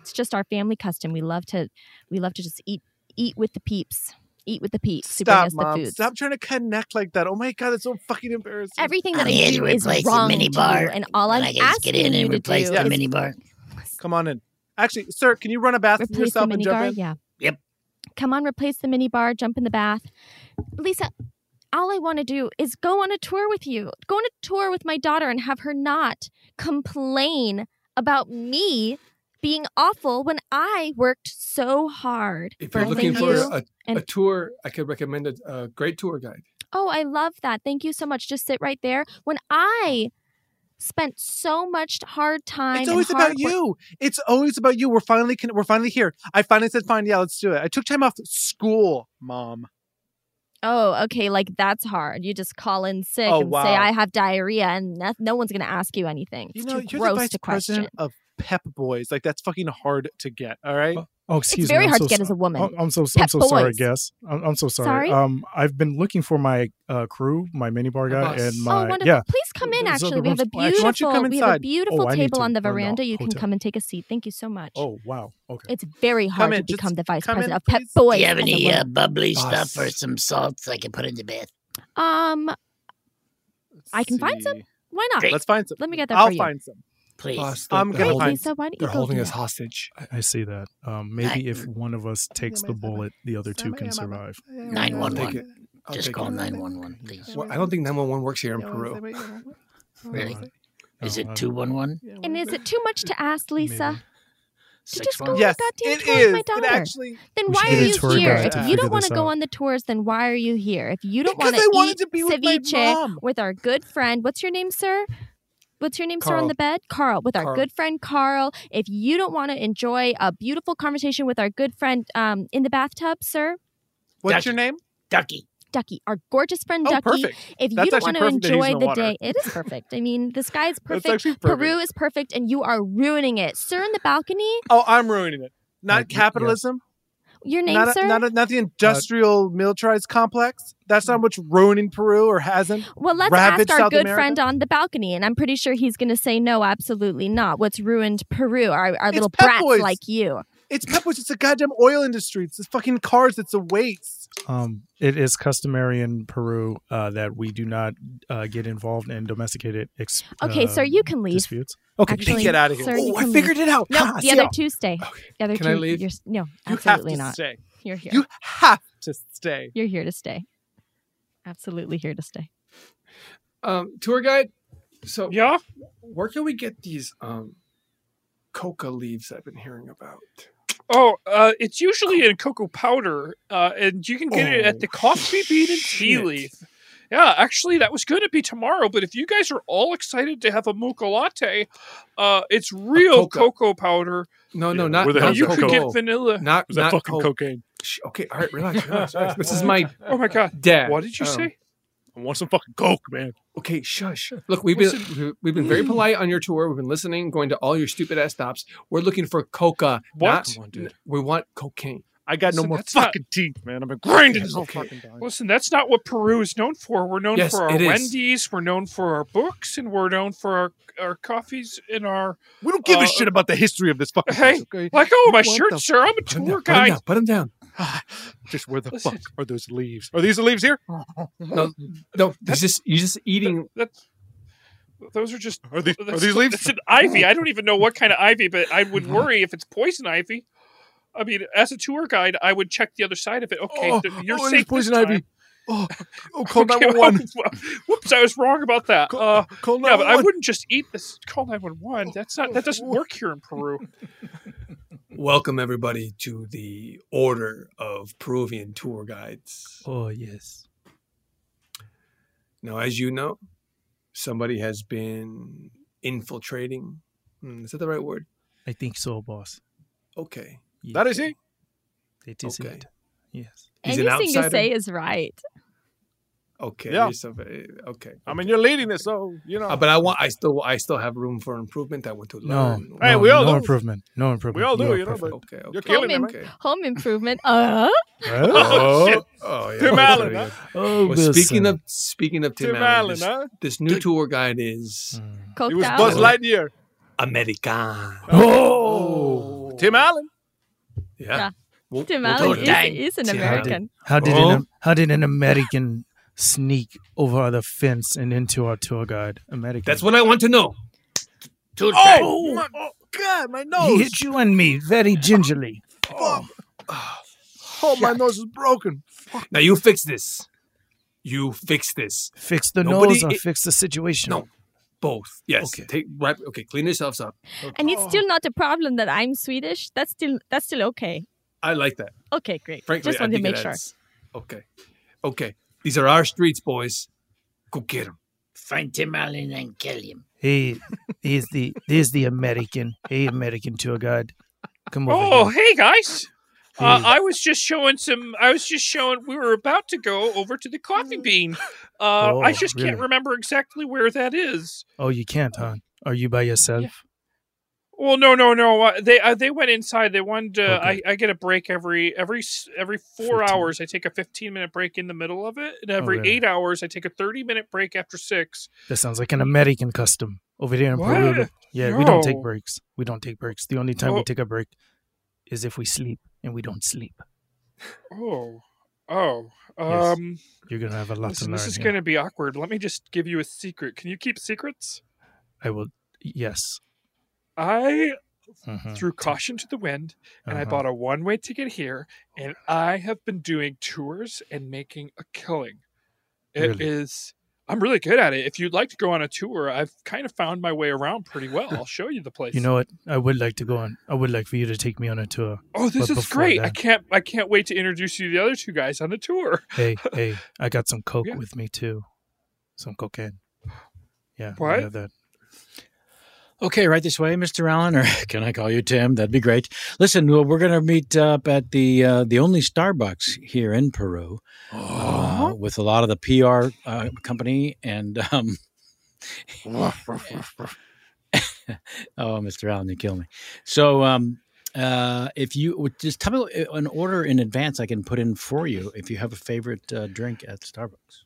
S3: It's just our family custom. We love to we love to just eat eat with the peeps. Eat with the peeps. who bring
S7: Stop,
S3: us the
S7: Mom.
S3: foods.
S7: Stop trying to connect like that. Oh my God, it's so fucking embarrassing.
S3: Everything that I do is wrong to you, and all I'm asking you to do is-
S7: Come on in. Actually, sir, can you run a bath for
S3: Replace the
S7: yourself and
S3: mini
S7: jump
S3: bar.
S7: in?
S3: Yeah. Yep. Come on, replace the mini bar. Jump in the bath. Lisa, all I want to do is go on a tour with you. Go on a tour with my daughter and have her not complain about me being awful when I worked so hard.
S4: If you're
S3: for
S4: looking for
S3: you
S4: a,
S3: and-
S4: a tour, I could recommend a, a great tour guide.
S3: Oh, I love that. Thank you so much. Just sit right there. When I spent so much hard time.
S7: It's
S3: and
S7: always
S3: hard
S7: about
S3: work-
S7: you. It's always about you. We're finally con- we're finally here. I finally said fine. Yeah, let's do it. I took time off school, mom.
S3: Oh, okay. Like that's hard. You just call in sick
S7: Oh,
S3: and
S7: wow.
S3: say I have diarrhea, and no- no one's gonna ask you anything. It's
S7: You know,
S3: too
S7: you're the
S3: gross
S7: vice
S3: to question.
S7: president of Pep Boys. Like that's fucking hard to get. All right.
S6: Oh, excuse
S3: very
S6: me. I'm
S3: hard
S6: so
S3: to get
S6: so-
S3: as a woman.
S6: I'm- I'm so I'm
S3: Pep
S6: so sorry,
S3: boys.
S6: guess. I'm, I'm so sorry.
S3: Sorry?
S6: Um, I've been looking for my uh, crew, my minibar guy,
S3: bus.
S6: and
S3: Oh,
S6: my
S3: wonderful.
S6: yeah.
S3: Please come in.
S6: So
S3: Actually,
S6: the
S3: we have a
S6: room's-
S3: beautiful,
S6: oh, actually, why don't you come
S3: we have a
S6: inside?
S3: beautiful
S6: Oh, I need
S3: table
S6: to-
S3: on the
S6: no, no,
S3: veranda. You can
S6: hotel.
S3: come and take a seat. Thank you so much.
S6: Oh wow. Okay.
S3: It's very
S6: Come
S3: hard
S6: in,
S3: to
S6: just
S3: become the vice
S6: come in,
S3: president of Pep
S6: please.
S3: Boys.
S1: Do you have
S3: as a
S1: any uh,
S3: woman.
S1: bubbly
S6: Boss.
S1: stuff or some salts I can put in the bath?
S3: Um, I can find some. Why not?
S1: Great. Let's find some.
S3: Let me get that
S1: I'll
S3: for you.
S1: find
S7: some.
S1: Please.
S6: I'm
S3: Great, Lisa, why don't you go do that?
S4: hostage.
S6: I, I see that. Um, maybe if one of us takes the bullet, the other two can survive.
S1: Nine one
S4: I'll take it.
S1: one.
S4: I'll
S1: Just
S4: take
S1: call
S4: it.
S1: nine one one, please.
S4: Well, I don't think 911 works here in Peru.
S1: *laughs* Really? Is
S4: Oh,
S1: it
S4: I-
S1: two one one?
S3: And is it too much to ask, Lisa? To
S1: Six
S3: just go
S1: months.
S3: on
S1: Yes,
S3: a goddamn
S1: it
S3: tour
S1: is.
S3: with my
S1: It
S3: daughter.
S1: actually-
S3: then
S1: We
S3: why
S1: should
S3: are
S1: get a
S3: you
S1: tour
S3: here?
S1: guide
S3: If
S1: to
S3: you
S1: figure
S3: don't want to
S1: this
S3: go
S1: out.
S3: on the tours, then why are you here? If you don't
S7: Because
S3: want to
S7: I wanted
S3: eat
S7: to be with my
S3: ceviche
S7: mom.
S3: with our good friend, what's your name, sir? What's your name, sir,
S7: Carl.
S3: on the bed? Carl, with our
S7: Carl.
S3: good friend Carl. If you don't want to enjoy a beautiful conversation with our good friend um, in the bathtub, sir,
S7: What's your name?
S1: Ducky.
S3: Ducky, our gorgeous friend
S7: Oh,
S3: Ducky.
S7: perfect.
S3: If
S7: That's
S3: you don't
S7: actually
S3: want to
S7: perfect that he's
S3: enjoy
S7: in the
S3: the,
S7: water.
S3: day, it is perfect. I mean, the
S7: *laughs*
S3: sky's perfect.
S7: actually
S3: Peru
S7: perfect.
S3: is perfect, and you are ruining it, sir. In the balcony,
S7: Oh, I'm ruining it. Not capitalism.
S3: your name,
S7: not, a-
S3: sir.
S7: not, a- not
S15: Uh,
S7: the industrial militarized complex. That's
S15: Mm.
S7: not what's ruining Peru or hasn't.
S3: well, let's ask
S7: ravaged
S3: our
S7: South
S3: good
S7: America.
S3: friend uh, on the balcony, and I'm pretty sure he's going to say no, absolutely not. What's ruined Peru? Our, our
S7: It's
S3: little
S7: Pep
S3: brats
S7: Boys.
S3: like you.
S15: It's peppers. It's the goddamn oil industry. It's the fucking cars. It's a waste.
S6: Um, it is customary in Peru uh, that we do not uh, get involved in domesticated. Ex-
S3: Okay,
S6: uh,
S3: sir, you can leave.
S6: disputes. Okay,
S3: Actually, sir, you can leave. No,
S6: Ha,
S3: the
S6: see
S3: other
S6: ya.
S3: two stay. The other
S6: Can
S3: two,
S6: I leave?
S3: You're, s- no,
S6: have
S3: absolutely
S6: to
S3: not.
S6: stay.
S3: You're here.
S15: You have to stay.
S3: You're here to stay. Absolutely here to stay.
S4: Um, tour guide. So yeah, where can we get these um, coca leaves I've been hearing about?
S5: Oh, uh, it's usually in cocoa powder, uh, and you can get it at the
S4: Oh,
S5: coffee bean and tea leaf. Yeah, actually, that was going to be tomorrow, but if you guys are all excited to have a mocha latte, uh, it's real cocoa powder.
S4: No, no, not
S5: where the
S4: not
S5: hell's that
S4: coca.
S5: coke? You could get vanilla.
S4: Not
S5: Is that
S4: not
S5: fucking
S4: coke.
S5: cocaine?
S4: Shh, okay, all right, relax. relax, relax. this
S15: *laughs*
S4: is my
S5: *laughs* Oh my god,
S4: dad.
S5: What did you
S4: Um,
S5: say?
S15: I want some fucking coke, man.
S4: Okay, shush. Look, we've been we- we've been very polite on your tour. We've been listening, going to all your stupid ass stops. We're looking for coca.
S15: What?
S4: not- we want cocaine.
S15: I got no
S5: Listen,
S15: more
S5: that's not-
S15: fucking teeth, man. I've been grinding this whole
S5: Okay.
S15: fucking time.
S5: Listen, that's not what Peru is known for. We're known
S15: Yes,
S5: for our
S15: it is.
S5: Wendy's, we're known for our books, and we're known for our, our coffees and our.
S15: We don't give
S5: uh,
S15: a shit about the history of this
S5: *laughs*
S15: fucking
S5: Hey,
S15: place, okay?
S5: let go of my
S15: What
S5: shirt,
S15: the-
S5: sir. I'm a
S15: Put 'em
S5: tour
S15: down, put 'em
S5: guide.
S15: down, Put them down. *sighs* Just where the fuck are those leaves? Are these the leaves
S7: *laughs*
S15: here?
S4: No, no. He's just you just eating.
S5: Those are just
S15: Are
S5: *laughs*
S15: these- are
S5: that's-
S15: these leaves?
S5: It's an ivy. I don't even know what kind of ivy, but I would
S15: Mm-hmm.
S5: worry if it's poison ivy. I mean, as a tour guide, I would check the other side of it. Okay,
S15: Oh,
S5: th- you're
S15: oh, it is
S5: safe.
S15: poison
S5: this
S15: ivy.
S5: time.
S15: Oh, *laughs* oh,
S5: *laughs*
S15: call
S5: Okay,
S15: 911.
S5: well, whoops, I was wrong about that. uh, yeah, but I
S15: 911.
S5: wouldn't just eat this. Call nine one one. That's not. That doesn't work here in Peru.
S4: Welcome everybody to the Order of Peruvian Tour Guides.
S15: Oh yes.
S4: Now, as you know, somebody has been infiltrating. Hmm, Is that the right word?
S6: I think so, boss.
S4: Okay.
S15: That is it.
S6: It is
S4: Okay.
S6: it. Yes.
S4: He's an
S3: Anything
S4: outsider?
S3: you say is right.
S4: Okay.
S15: Yeah.
S4: you're so- uh, okay.
S15: I mean, you're leading this, so you know.
S4: Uh, but I want. I still. I still have room for improvement. I want to
S6: No.
S4: learn.
S6: no,
S15: we all
S6: no
S15: do.
S6: improvement. No improvement.
S15: we all do,
S6: are
S15: you know. But *laughs*
S6: perfect.
S4: okay, okay.
S15: you're
S3: Home,
S15: killing them.
S3: im- home improvement. Uh
S4: Oh,
S15: Oh, shit.
S4: Oh, yeah.
S15: Tim
S4: Oh,
S15: Allen,
S4: yeah.
S15: huh?
S6: Oh,
S4: well,
S6: Wilson.
S4: speaking of speaking of Tim,
S15: Tim
S4: Allen,
S15: Allen,
S4: this,
S15: huh?
S4: this new tour guide is
S6: Hmm.
S3: coked
S15: He was
S3: out.
S15: Buzz Lightyear.
S4: American.
S6: Oh,
S15: Tim Allen.
S4: Yeah.
S3: Yeah.
S4: We'll-
S3: Tim
S4: we'll
S3: Allen
S4: talk-
S3: is-
S4: Dang.
S3: is an
S4: Tim Allen.
S3: American.
S6: How did
S4: Oh.
S6: an, how did an American sneak over the fence and into our tour guide? American.
S4: That's what I want to know. Tour
S6: Oh!
S4: guide.
S15: God, my
S6: he
S15: nose.
S6: hit you and me very gingerly.
S15: Oh, my nose is broken. Fuck.
S4: Now you fix this. You fix this.
S6: Fix the
S4: Nobody-
S6: nose or
S4: it-
S6: fix the situation.
S4: No, both. Yes. Oh. Take right. Okay. Clean yourselves up.
S3: And it's still not a problem that I'm Swedish. That's still that's still okay.
S4: I like that.
S3: Okay, great.
S4: Frankly,
S3: Just
S4: I
S3: wanted to
S4: think
S3: make
S4: it
S3: sure.
S4: adds- Okay. Okay. These are our streets, boys. Go get them.
S20: Find Tim Allen and kill
S11: *laughs*
S20: him.
S6: He he's the he's the American. Hey, American tour guide. Come over.
S5: Oh,
S6: here.
S5: hey guys. Uh,
S6: Hey.
S5: I was just showing some. I was just showing. We were about to go over to the coffee bean. Uh, I
S6: Oh,
S5: just can't
S6: really?
S5: remember exactly where that is.
S6: Oh, you can't, huh? Are you by yourself?
S5: Well, no, no, no. Uh, they uh, they went inside. They wanted. Uh,
S6: Okay.
S5: I I get a break every every s- every four
S6: 15.
S5: hours. I take a fifteen minute break in the middle of it, and every
S6: really?
S5: eight hours I take a thirty minute break after six.
S6: That sounds like an American custom over there in Peru.
S5: What?
S6: Yeah, we don't take
S5: No.
S6: breaks. We don't take breaks. The only time we
S5: Oh.
S6: take a break is if we sleep, and we don't sleep.
S5: Oh, oh.
S6: Yes.
S5: Um,
S6: You're gonna have a lot
S5: listen,
S6: to learn.
S5: this is
S6: here.
S5: going to be awkward. Let me just give you a secret. Can you keep secrets?
S6: I will. Yes.
S5: I
S6: Mhm.
S5: threw caution to the wind and I
S6: Uh-huh.
S5: bought a one way ticket here and I have been doing tours and making a killing. It
S6: Really?
S5: is- I'm really good at it. If you'd like to go on a tour, I've kind of found my way around pretty well. I'll show you the place.
S6: *laughs* You know what? I would like to go on. I would like for you to take me on a tour.
S5: Oh, this
S6: But
S5: is
S6: before
S5: great. I
S6: that-
S5: can't I can't wait to introduce you to the other two guys on the tour.
S6: hey, hey, I got some coke
S5: Yeah.
S6: with me too. Some cocaine. Yeah. I
S5: What?
S6: have that.
S2: Okay, right this way, Mr. Allen, or *laughs* can I call you Tim? That'd be great. Listen, well, we're going to meet up at the uh, the only Starbucks here in Peru uh, with a lot of the PR uh, company and. *laughs* Um, oh, Mr. Allen, you kill me. So, um, uh, if you would just tell me uh, an order in advance, I can put in for you if you have a favorite uh, drink at Starbucks.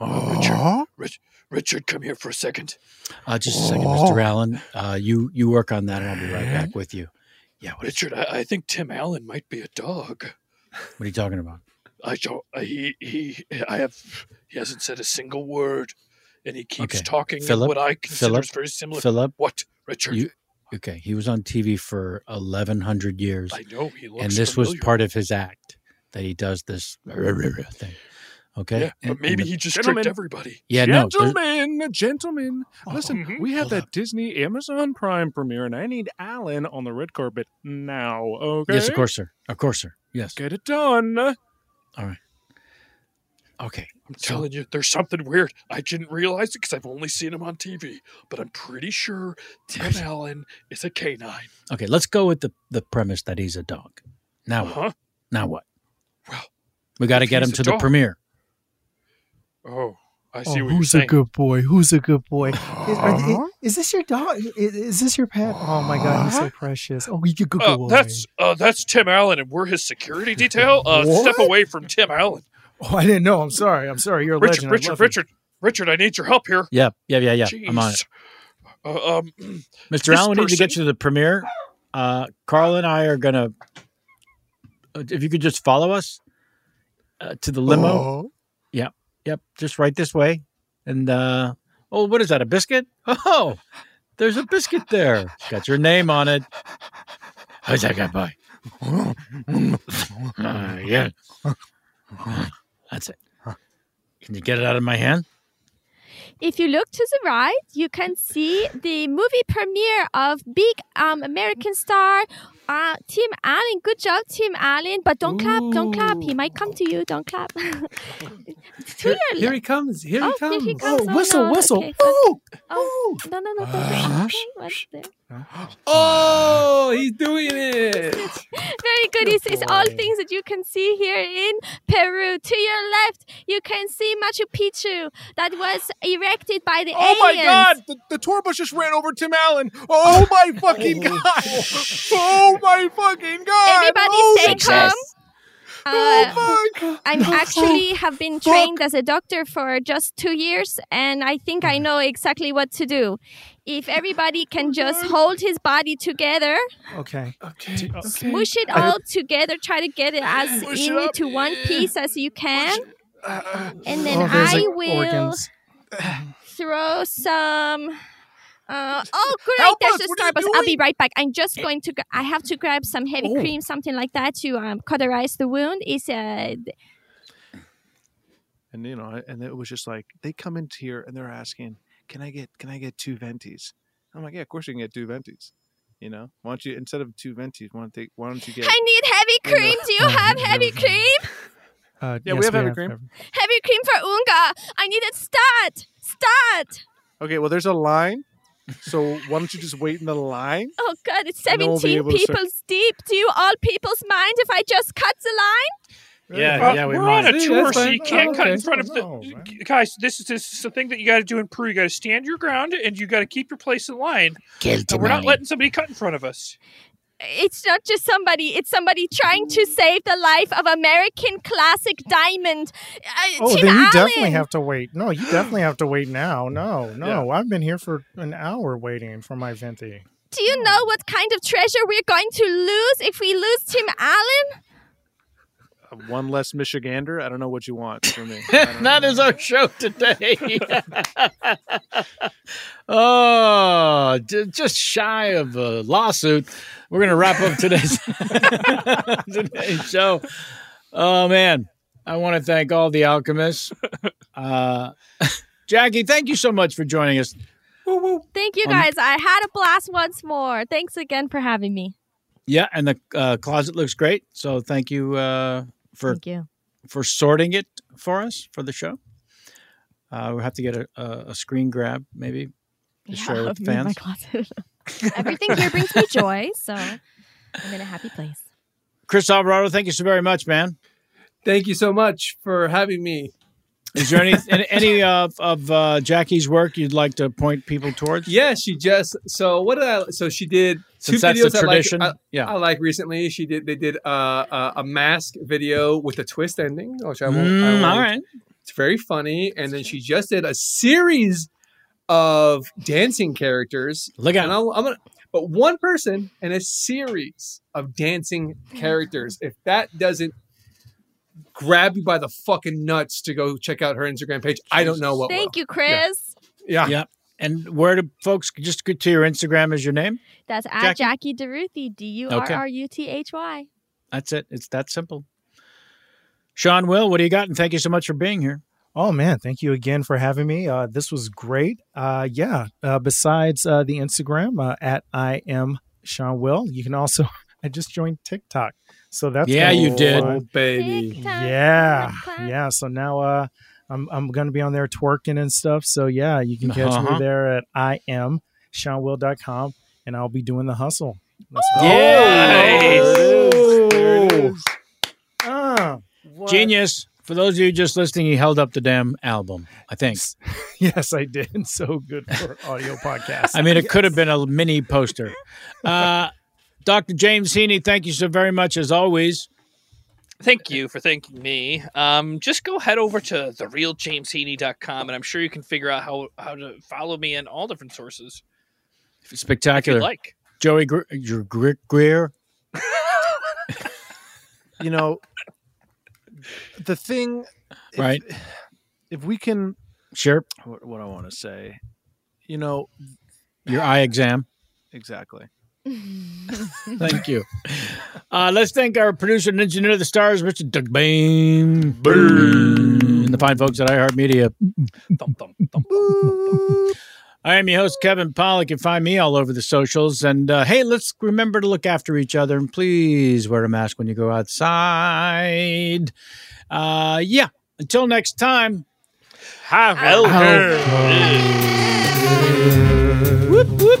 S15: Richard,
S12: Rich, Richard, come here for a second.
S2: Uh, just a second, Mr. Allen. Uh, you you work on that, and I'll be right back with you.
S11: Yeah, Richard, I, I think Tim Allen might be a dog.
S2: What are you talking about?
S11: I don't. I, he he. I have. He hasn't said a single word, and he keeps
S2: Okay.
S11: talking in
S2: Philip?
S11: what I consider
S2: Philip?
S11: is very similar.
S2: Philip?
S11: what Richard?
S2: You- okay, he was on TV for 1,100 years.
S11: I know, he looks
S2: And this
S11: familiar.
S2: was part of his act that he does this thing. Okay.
S11: Yeah, but
S2: And-
S11: maybe
S2: and
S11: he
S2: the-
S11: just tricked everybody. Oh, mm-hmm.
S2: Yeah, no, there's-
S7: gentlemen, gentlemen. Listen, we have that Disney Amazon Prime premiere, and I need Alan on the red carpet now. Okay.
S2: Yes, of course, sir. Of course, sir. Yes.
S7: Get it done.
S2: All right. Okay.
S11: I'm telling you, there's something weird. I didn't realize it because I've only seen him on TV, but I'm pretty sure Tim Allen is a canine.
S2: Okay, let's go with the, the premise that he's a dog. Now
S11: Uh-huh.
S2: what? Now what? we got to
S11: if
S2: get
S11: he's
S2: him
S11: a
S2: to the
S11: dog-
S2: premiere.
S6: *laughs*
S11: Oh, I
S12: Oh,
S11: see what you're
S12: who's a
S11: saying. Uh-huh.
S12: good boy? Who's a good boy? Is, are the-
S11: Huh?
S12: is this your dog? I- Is, this your pet? Oh my god, he's so precious. Oh, you good
S11: Uh-huh. Uh,
S12: boy.
S11: that's uh, that's Tim Allen, and we're his
S2: *laughs*
S11: security detail. Uh, step
S12: What?
S11: away from Tim Allen,
S12: Oh, I didn't know. I'm sorry. I'm sorry. You're a
S11: Richard,
S12: legend. I
S11: Richard,
S12: love you.
S11: Richard, Richard. I need your help here.
S2: Yeah, yeah, yeah, yeah. I'm on
S11: Jeez.
S2: it.
S11: Uh, um,
S2: Mr.
S11: this
S2: Allen, we need to get
S11: person-
S2: you to the premiere. Uh, Carl and I are going to, if you could just follow us uh, to the limo.
S12: Oh.
S2: Yep, yep. Just right this way. And, uh, oh, what is that, a biscuit? Oh, there's a biscuit there. Got your name on it. How's that guy by? Uh, yeah. That's it. Can you get it out of my hand?
S3: If you look to the right, you can see the movie premiere of Big um, American Star, uh, Tim Allen. Good job, Tim Allen. But don't clap, don't clap. He might come to you. Don't clap. to your
S4: Here he comes. Here
S3: oh,
S4: he comes.
S3: Here he comes. Oh,
S12: whistle,
S3: no.
S12: whistle.
S3: Okay, oh, oh, no, no, no. Don't okay, what's there?
S4: Oh, he's doing it.
S3: Very good. It's, it's all things that you can see here in Peru. To your left, you can see Machu Picchu that was erected by the
S7: Oh my
S3: aliens.
S7: God! The, the tour bus just ran over Tim Allen. Oh my fucking god! Oh my fucking god!
S3: Everybody
S7: oh,
S3: stay
S7: success.
S3: calm. Uh, I'm actually have been trained as a doctor for just two years, and I think I know exactly what to do. If everybody can just hold his body together,
S12: Okay.
S4: Okay.
S3: smush it all together, try to get it as into one piece as you can,
S4: Uh,
S3: and then
S12: Oh, there's,
S3: I
S12: like,
S3: will
S12: organs.
S3: *sighs* throw some. Uh, oh, great!
S10: Help
S3: There's
S10: us,
S3: a
S10: what
S3: Starbucks. I'll be right back. I'm just going to. G- I have to grab some heavy cream, something like that, to um, cauterize the wound. Is uh,
S9: and you know, and it was just like they come into here and they're asking, "Can I get can I get two ventis?" I'm like, "Yeah, of course you can get two ventis." You know, why don't you instead of two ventis, why don't they, why don't you get?
S3: I need heavy
S9: you know-
S3: cream. Do you have heavy cream?
S12: Uh,
S9: Yeah,
S12: yes,
S9: we have heavy
S12: have
S9: cream.
S3: Heavy cream for Unga. I need it stat. Stat.
S7: Okay, well, there's a
S2: *laughs*
S7: line, so why don't you just wait in the line?
S3: Oh God, it's
S7: And then we'll be
S3: 17
S7: able to start-
S3: people's deep. Do you all people's mind if I just cut the line?
S2: *clears throat* Yeah,
S5: Uh,
S2: yeah, we
S5: we're
S2: might.
S5: on a
S2: See,
S5: tour,
S2: that's
S5: so
S2: fine.
S5: you can't
S2: Oh,
S5: cut in
S2: okay.
S5: front of the guys. This is this is the thing that you got to do in Peru. You got to stand your ground and you got to keep your place in line.
S2: Kill
S5: And we're not
S2: Timali.
S5: letting somebody cut in front of us.
S3: It's not just somebody, it's somebody trying to save the life of American classic diamond. Uh,
S12: Oh,
S3: Tim
S12: then you
S3: Allen.
S12: definitely have to wait. No, you definitely have to wait now. No, no. I've been here for an hour waiting for my venti.
S3: Do you know what kind of treasure we're going to lose if we lose Tim Allen?
S9: One less Michigander. I don't know what you want from me.
S2: *laughs* that is our show today.
S9: *laughs*
S2: *laughs* oh, ju- just shy of a lawsuit. We're going to wrap up today's, *laughs* today's show. Oh, man. I want to thank all the alchemists. Uh, *laughs* Jackie, thank you so much for joining us.
S3: Thank you
S2: Um,
S3: guys. I had a blast once more. Thanks again for having me.
S2: Yeah, and the uh, closet looks great. So thank you uh, for
S3: Thank you.
S2: for sorting it for us for the show. Uh, we'll have to get a, a, a screen grab maybe to
S3: *laughs*
S2: share with the
S3: me and my
S2: fans.
S3: closet. *laughs* Everything here brings me joy, so I'm in a happy place.
S2: Chris Alvarado, thank you so very much, man.
S4: Thank you so much for having me. *laughs*
S2: Is there any any, any of, of uh, Jackie's work you'd like to point people towards?
S4: Yeah, she just so what did I so she did two
S2: Since that's the
S4: videos I like-
S2: tradition,
S4: I
S2: yeah.
S4: I like recently. She did they did uh, uh, a mask video with a twist ending, which I won't, I
S2: Mm,
S4: won't-
S2: all right.
S4: It's very funny, and then she just did a series of dancing characters.
S2: Look at
S4: and I'll, I'm gonna but one person and a series of dancing characters. If that doesn't grab you by the fucking nuts to go check out her Instagram page, I don't know what.
S3: Thank
S4: will.
S3: you, Chris.
S4: Yeah.
S2: Yeah. And where do folks just go to your Instagram as your name?
S3: That's at Jackie, Deruthy, D U R R U T H Y.
S2: That's it. It's that simple. Sean Will, what do you got? And thank you so much for being here.
S6: Oh man, thank you again for having me. Uh, this was great. Uh, yeah. Uh, besides uh, the Instagram uh, at I am Sean Will, you can also. *laughs* I just joined TikTok, so that's
S2: Yeah,
S6: gonna
S2: you
S6: be
S2: did.
S6: fun.
S4: Oh, baby.
S6: Yeah, yeah. So now uh, I'm I'm gonna be on there twerking and stuff. So yeah, you can catch
S2: Uh-huh.
S6: me there at I am SeanWill.com, and I'll be doing the hustle. That's
S2: Genius. For those of you just listening, he held up the damn album, I think.
S6: yes, I did. *laughs* So good for
S2: *laughs*
S6: audio podcasts.
S2: I mean, it could have been a
S6: *laughs*
S2: mini poster. Uh, Dr. James Heaney, thank you so very much as always.
S11: Thank you for thanking me. Um, just go head over to therealjamesheaney.com and I'm sure you can figure out how, how to follow me in all different sources.
S2: Spectacular.
S11: If you'd like.
S2: Joey Gre- Gre- Gre- Greer.
S6: you know, the thing, if-
S2: Right.
S6: If we can,
S2: Sure.
S26: What, what I want to say, you know,
S2: Your eye exam.
S26: exactly.
S2: Thank you. Uh, let's thank our producer and engineer of the stars, Mr. Doug Bain. And the fine folks at iHeartMedia. I am your host, Kevin Pollock. You can find me all over the socials. And uh, hey, let's remember to look after each other and please wear a mask when you go outside. Uh, yeah. Until next time. Have Whoop, whoop.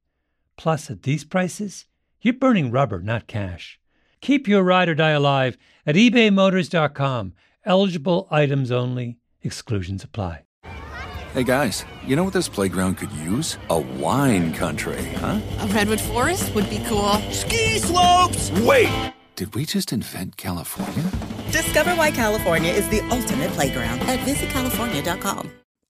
S25: Plus, at these prices, you're burning rubber, not cash. Keep your ride or die alive at ebaymotors.com. Eligible items only, exclusions apply.
S17: Hey guys, you know what this playground could use? A wine country, huh?
S27: A redwood forest would be cool. Ski
S17: slopes! Wait! Did we just invent California?
S20: Discover why California is the ultimate playground at visitcalifornia.com.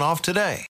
S21: off today.